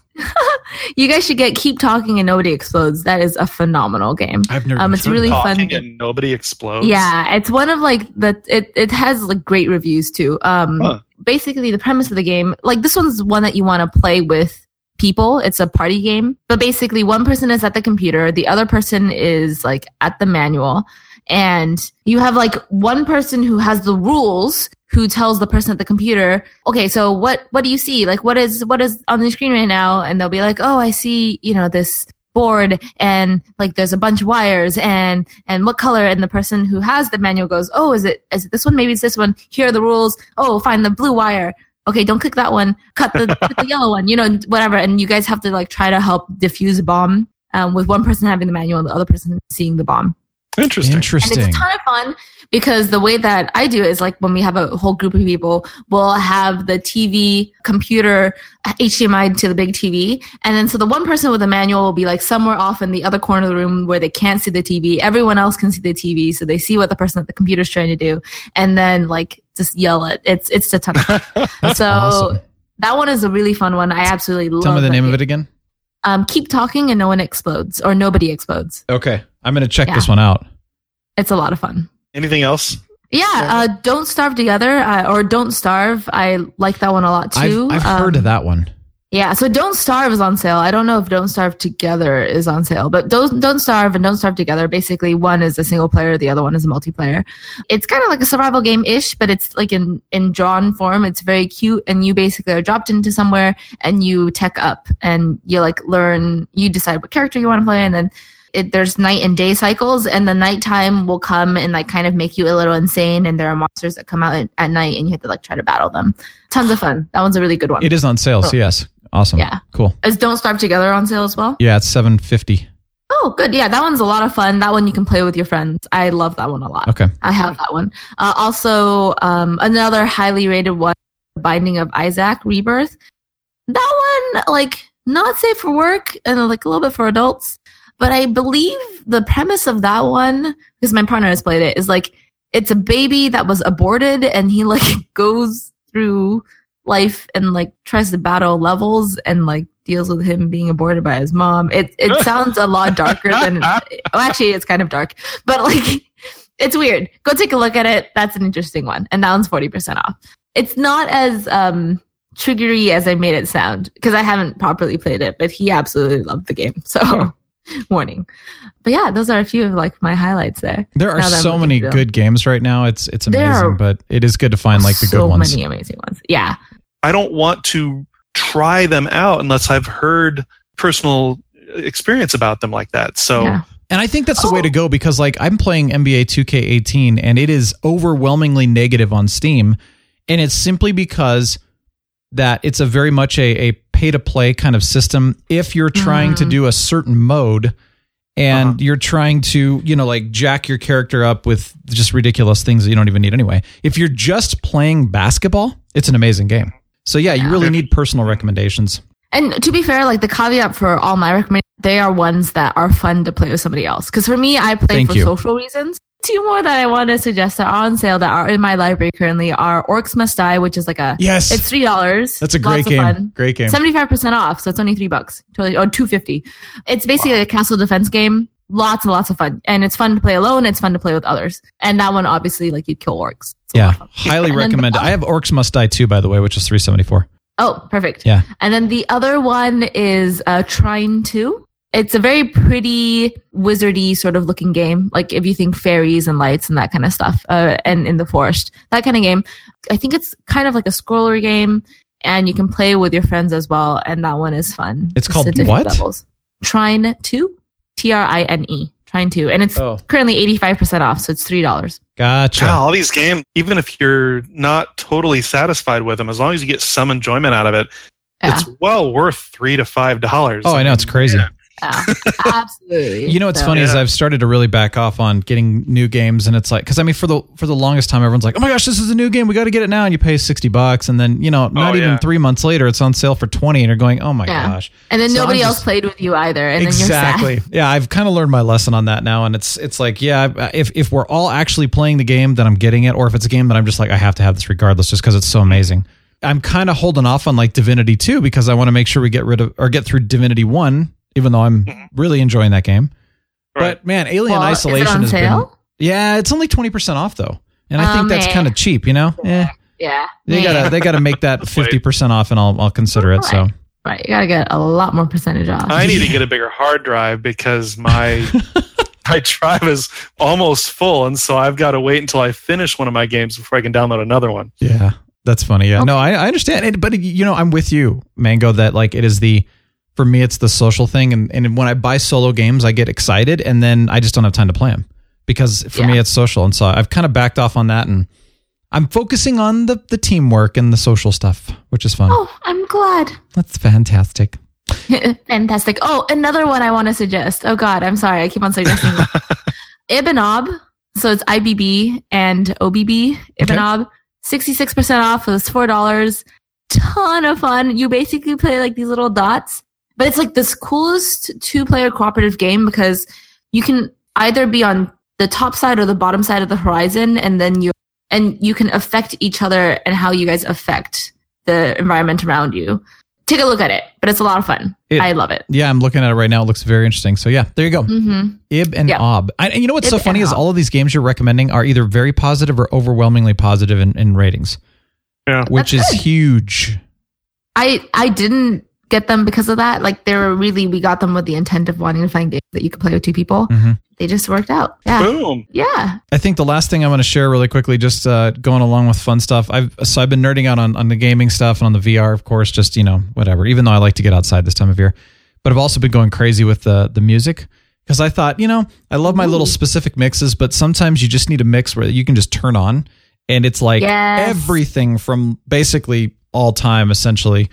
S2: you guys should get keep talking and nobody explodes. That is a phenomenal game.
S1: I've never
S2: Um,
S1: even
S2: it's
S1: heard of
S2: really
S1: that.
S2: fun.
S3: Talking and nobody explodes.
S2: Yeah, it's one of like the it it has like great reviews too. Um
S3: Huh.
S2: basically the premise of the game, like this one's one that you want to play with people. It's a party game. But basically one person is at the computer, the other person is like at the manual and you have like one person who has the rules who tells the person at the computer okay so what what do you see like what is what is on the screen right now and they'll be like oh i see you know this board and like there's a bunch of wires and and what color and the person who has the manual goes oh is it is it this one maybe it's this one here are the rules oh find the blue wire okay don't click that one cut the, cut the yellow one you know whatever and you guys have to like try to help diffuse a bomb um, with one person having the manual and the other person seeing the bomb
S3: Interesting.
S1: Interesting.
S2: and it's a ton of fun because the way that I do is like when we have a whole group of people, we'll have the TV, computer, HDMI to the big TV. And then so the one person with the manual will be like somewhere off in the other corner of the room where they can't see the TV. Everyone else can see the TV. So they see what the person at the computer is trying to do. And then like just yell it. It's, it's a ton of fun.
S1: [laughs]
S2: so
S1: awesome.
S2: that one is a really fun one. I absolutely love
S1: Tell me the
S2: that
S1: name of it
S2: game.
S1: again.
S2: Um, keep talking and no one explodes or nobody explodes.
S1: Okay. I'm going to check
S2: Yeah.
S1: this one out.
S2: It's a lot of fun.
S3: Anything else?
S2: Yeah, uh, don't starve together uh, or don't starve. I like that one a lot
S1: I've,
S2: too.
S1: I've
S2: Um,
S1: heard of that one.
S2: Yeah, so don't starve is on sale. I don't know if don't starve together is on sale, but don't don't starve and don't starve together. Basically, one is a single player, the other one is a multiplayer. It's kind of like a survival game ish, but it's like in in drawn form. It's very cute, and you basically are dropped into somewhere and you tech up and you like learn. You decide what character you want to play, and then it, there's night and day cycles, and the nighttime will come and like kind of make you a little insane. And there are monsters that come out at, at night, and you have to like try to battle them. Tons of fun. That one's a really good one.
S1: It is on sale. So yes. Awesome.
S2: oh. Yeah.
S1: Cool.
S2: Is Don't Starve Together on sale as well?
S1: Yeah. It's 750.
S2: Oh, good. Yeah, that one's a lot of fun. That one you can play with your friends. I love that one a lot.
S1: Okay.
S2: I have that one. Uh, also, um, another highly rated one, The Binding of Isaac Rebirth. That one, like, not safe for work and like a little bit for adults. But I believe the premise of that one, because my partner has played it, is like it's a baby that was aborted and he like [laughs] goes through life and like tries to battle levels and like deals with him being aborted by his mom. It it sounds a lot darker
S1: [laughs]
S2: than well, actually it's kind of dark. But like it's weird. Go take a look at it. That's an interesting one. And that one's 40% off. It's not as um triggery as I made it sound because I haven't properly played it, but he absolutely loved the game. So [laughs] warning. But yeah, those are a few of like my highlights there.
S1: There are
S2: Now that I'm
S1: so
S2: looking
S1: many
S2: through.
S1: good games right now. It's it's
S2: There are
S1: amazing, but it is good to find like the
S2: so
S1: good ones.
S2: many amazing ones. Yeah.
S3: I don't want to try them out unless I've heard personal experience about them like that. So
S2: Yeah.
S1: And I think that's the way to go because like I'm playing NBA 2K18 and it is overwhelmingly negative on Steam and it's simply because that it's a very much a, a pay to play kind of system if you're trying to do a certain mode and you're trying to you know like jack your character up with just ridiculous things that you don't even need anyway if you're just playing basketball it's an amazing game so yeah, you really need personal recommendations
S2: And to be fair, like the caveat for all my recommendations, they are ones that are fun to play with somebody else. Because for me, I play
S1: Thank
S2: for
S1: you.
S2: social reasons. Two more that I want to suggest that are on sale that are in my library currently are Orcs Must Die, which is like a
S1: Yes.
S2: it's three dollars.
S1: that's a great game great game
S2: Seventy five percent off, so it's only three bucks. Totally or two fifty. It's basically a castle defense game. Lots and lots of fun, and it's fun to play alone. It's fun to play with others, and that one obviously like you kill orcs. It's a lot
S1: yeah
S2: of fun.
S1: highly
S2: And then the
S1: recommend i have orcs must die too by the way which is 374
S2: Oh, perfect.
S1: Yeah.
S2: And then the other one is uh, Trine 2. It's a very pretty wizardy sort of looking game. Like if you think fairies and lights and that kind of stuff, uh, and in the forest, that kind of game. I think it's kind of like a scroller game, and you can play with your friends as well. And that one is fun.
S1: It's
S2: to
S1: called
S2: different
S1: what?
S2: Levels. Trine 2. T R I N E. Trine 2. And it's
S1: Oh.
S2: currently 85% off, so it's $3.
S1: Gotcha.
S3: God, all these games, even if you're not totally satisfied with them, as long as you get some enjoyment out of it,
S2: Yeah.
S3: it's well worth three to five dollars.
S1: Oh, I know it's crazy.
S3: Yeah.
S2: Yeah, absolutely.
S1: You know what's
S2: Ah, So-
S1: funny is
S3: Yeah.
S1: I've started to really back off on getting new games, and it's like because I mean for the for the longest time everyone's like, oh my gosh, this is a new game, we got to get it now, and you pay sixty bucks, and then you know not even
S3: Oh, yeah.
S1: three months later it's on sale for twenty, and you're going, oh my
S2: Yeah.
S1: gosh,
S2: And then
S1: So
S2: nobody
S1: I'm
S2: else
S1: just-
S2: played with you either. And then
S1: exactly.
S2: you're sad.
S1: Yeah, I've kind of learned my lesson on that now, and it's it's like yeah, I- if if we're all actually playing the game, then I'm getting it, or if it's a game that I'm just like I have to have this regardless, just because it's so amazing. I'm kind of holding off on like Divinity Two because I want to make sure we get rid of or get through Divinity One, even though I'm really enjoying that game.
S3: Right.
S1: But man, Alien
S2: Well, is it
S1: Isolation
S2: on
S1: has
S2: sale?
S1: been yeah, it's only twenty percent off though, and I
S2: Oh,
S1: think that's
S2: man.
S1: kind of cheap, you know. Yeah,
S2: Yeah.
S1: they
S2: man.
S1: gotta they gotta make that
S3: wait.
S1: fifty percent off, and I'll I'll consider it. So
S2: Right. You gotta get a lot more percentage off.
S1: [laughs]
S3: I need to get a bigger hard drive because my my drive is almost full, and so I've got to wait until I finish one of my games before I can download another one.
S1: yeah, that's funny. Yeah, no, I, I understand, and, but you know, I'm with you, Mango. That like it is the for me, it's the social thing, and and when I buy solo games, I get excited, and then I just don't have time to play them because for me,
S2: Yeah.
S1: it's social, and so I've kind of backed off on that, and I'm focusing on the the teamwork and the social stuff, which is fun.
S2: Oh, I'm glad.
S1: That's fantastic.
S2: [laughs] Fantastic. Oh, another one I want to suggest. Oh God, I'm sorry. I keep on suggesting Ibnob. So it's IBB and OBB. Ibnob, sixty-six percent off. So it's four dollars. Ton of fun. You basically play like these little dots, but it's like this coolest two-player cooperative game because you can either be on the top side or the bottom side of the horizon, and then you and you can affect each other and how you guys affect the environment around you take a look at it. But it's a lot of fun.
S1: It-
S2: I love it.
S1: Yeah, I'm looking at it right now. It looks very interesting. So yeah, there you go.
S2: hmm
S1: Ib and
S2: Yeah.
S1: Ob. I, and you know what's so
S2: Ib and
S1: funny is
S2: Ob.
S1: all of these games you're recommending are either very positive or overwhelmingly positive in, in ratings.
S3: Yeah.
S1: Which
S2: That's
S1: is
S2: good.
S1: huge.
S2: I I didn't get them because of that. Like they were really we got them with the intent of wanting to find games that you could play with two people.
S1: Mhm.
S2: They just worked out. Yeah.
S3: Boom!
S2: Yeah.
S1: I think the last thing I want to share really quickly, just uh, going along with fun stuff. I've so I've been nerding out on, on the gaming stuff and on the VR, of course, just you know whatever. Even though I like to get outside this time of year, but I've also been going crazy with the the music because I thought you know I love my little specific mixes, but sometimes you just need a mix where you can just turn on and it's like
S2: Yes.
S1: everything from basically all time essentially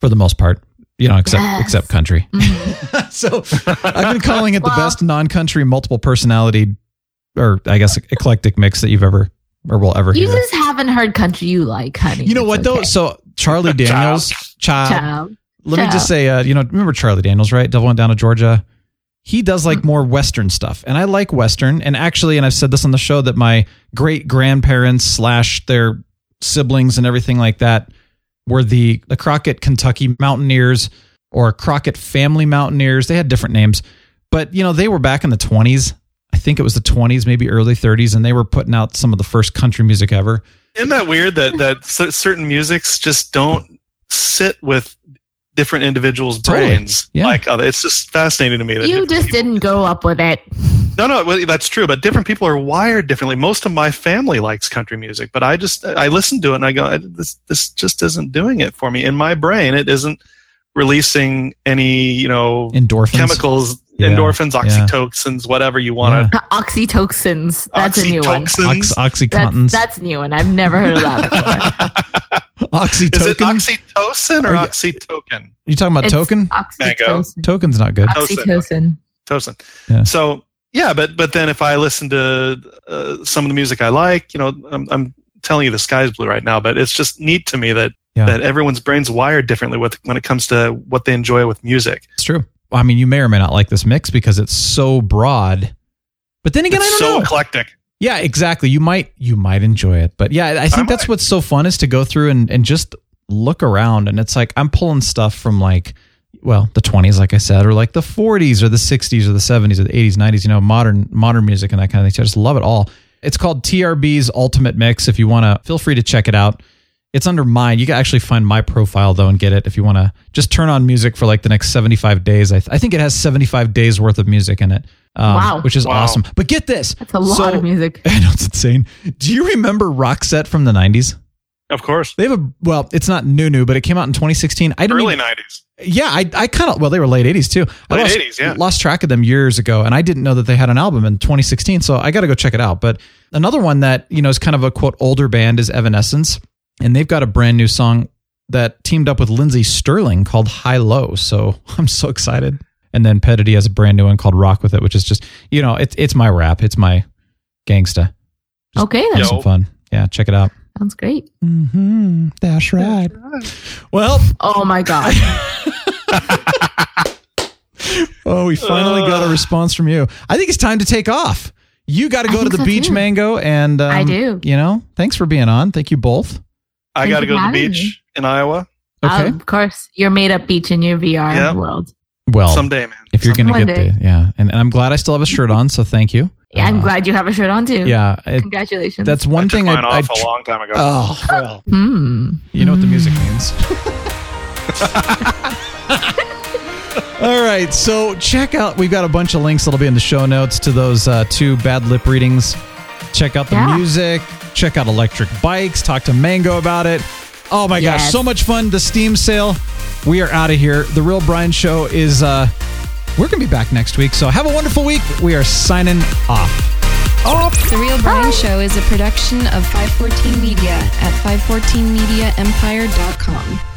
S1: for the most part, you know, except
S2: Yes.
S1: except country.
S2: Mm-hmm.
S1: so I've been calling it the
S2: Well-
S1: best non-country multiple personality or I guess eclectic mix that you've ever or will ever
S2: You
S1: hear.
S2: just haven't heard country you like, honey.
S1: You know what
S2: It's
S1: though? Uh,
S2: okay.
S1: So Charlie Daniels, child.
S2: Child.
S1: Let me just
S2: child.
S1: say, uh, you know, remember Charlie Daniels, right? Devil went down to Georgia. He does like more Western stuff, and I like Western. And actually, and I've said this on the show that my great grandparents slash their siblings and everything like that were the the Crockett Kentucky Mountaineers or Crockett Family Mountaineers. They had different names, but you know they were back in the twenties. I think it was the twenties, maybe early thirties, and they were putting out some of the first country music ever.
S3: Isn't that weird that that cer- certain musics just don't sit with different individuals'
S1: Totally.
S3: brains
S1: Yeah.
S3: like other? It's just fascinating to me. That
S2: You
S3: different
S2: just
S3: people-
S2: didn't grow up with it.
S3: No, no, well, that's true. But different people are wired differently. Most of my family likes country music, but I just I listen to it and I go, "I- this this just isn't doing it for me in my brain. It isn't releasing any you know
S1: Endorphins,
S3: chemicals,
S1: Yeah,
S3: endorphins,
S1: yeah.
S3: oxytocins, whatever you want to.
S2: Oxytocins. That's a new one.
S3: [laughs]
S1: Ox-
S3: Oxytocins.
S1: oxycontins,
S2: That's, that's a new one. I've never heard
S1: [laughs]
S2: of that before.
S3: [laughs] Is it
S1: oxytocin. Oh,
S3: oxytocin or
S1: Are you-
S3: oxytoken?
S1: You talking about
S2: It's
S1: token?
S2: Oxytocin.
S1: Token's not good.
S2: Oxytocin.
S3: Oxytocin. Tocin.
S1: Yeah.
S3: So yeah, but but then if I listen to uh, some of the music I like, you know, I'm, I'm telling you the sky's blue right now, but it's just neat to me that
S1: Yeah.
S3: that everyone's brains wired differently with when it comes to what they enjoy with music.
S1: It's true. I mean, you may or may not like this mix because it's so broad. But then again,
S3: it's
S1: I don't
S3: so
S1: know.
S3: eclectic.
S1: Yeah, exactly. You might you might enjoy it. But yeah, I think that's
S3: might.
S1: what's so fun is to go through and, and just look around and it's like I'm pulling stuff from like well, the twenties, like I said, or like the forties or the sixties or the seventies or the eighties, nineties, you know, modern modern music and that kind of thing. So I just love it all. It's called TRB's Ultimate Mix. If you wanna feel free to check it out. It's under mine. You can actually find my profile though and get it if you want to just turn on music for like the next 75 days. I, th- I think it has 75 days worth of music in it, um,
S2: Wow.
S1: which is
S3: Wow.
S1: awesome. But get this.
S2: That's a lot
S1: So-
S2: of music.
S1: [laughs] I know it's insane. Do you remember Roxette from the '90s?
S3: Of course.
S1: They have a well, it's not new new, but it came out in 2016. I don't
S3: Early
S1: even-
S3: nineties.
S1: yeah, I I kind of well, they were late 80s too. I
S3: Late
S1: lost,
S3: 80s, yeah.
S1: lost track of them years ago, and I didn't know that they had an album in 2016. So I got to go check it out. But another one that you know is kind of a quote older band is Evanescence, and they've got a brand new [laughs] song that teamed up with Lindsey Sterling called High Low. So I'm so excited. And then Pettity has a brand new one called Rock with It, which is just you know it's it's my rap, it's my gangsta.
S2: Okay,
S1: Have
S2: then.
S1: some fun. Yeah, check it out.
S2: Sounds great.
S1: Mm-hmm. That's right. Well,
S2: Oh my god.
S1: oh, we finally got
S2: uh,
S1: a response from you. I think it's time to take off. You got to
S2: I
S1: go to
S2: think
S1: the
S2: so,
S1: beach,
S2: too.
S1: Mango, and um,
S2: I do.
S1: You know, thanks for being on. Thank you both.
S3: I
S2: Thank
S3: got to
S2: you
S3: go
S2: for
S3: to the
S2: having
S3: beach in Iowa
S1: [laughs] Okay.
S2: of course, your made up beach in your VR
S3: Yeah.
S2: world.
S1: well,
S3: someday, man.
S1: if you're going to
S2: One
S1: get
S2: day.
S1: the yeah, and, and I'm glad I still have a shirt on, so thanhank you.
S2: Yeah, I'm
S1: Uh,
S2: glad you have a shirt on too.
S1: Yeah, it-
S2: Congratulations.
S1: that's one thing I.
S3: I took mine
S1: I
S3: off
S1: tr-
S3: a long time ago.
S1: oh, well,
S2: Hmm.
S1: you know what the music means. [laughs] All right, so check out. We've got a bunch of links that'll be in the show notes to those uh, two bad lip readings. Check out the
S2: Yeah.
S1: music. Check out electric bikes. Talk to Mango about it. Oh my gosh,
S2: Yes.
S1: so much fun! The Steam sale. We are out of here. The Real Brian Show is. Uh, we're gonna be back next week. So have a wonderful week. We are signing off.
S4: The Real Brian Show is a production of 514 Media at 514mediaempire.com.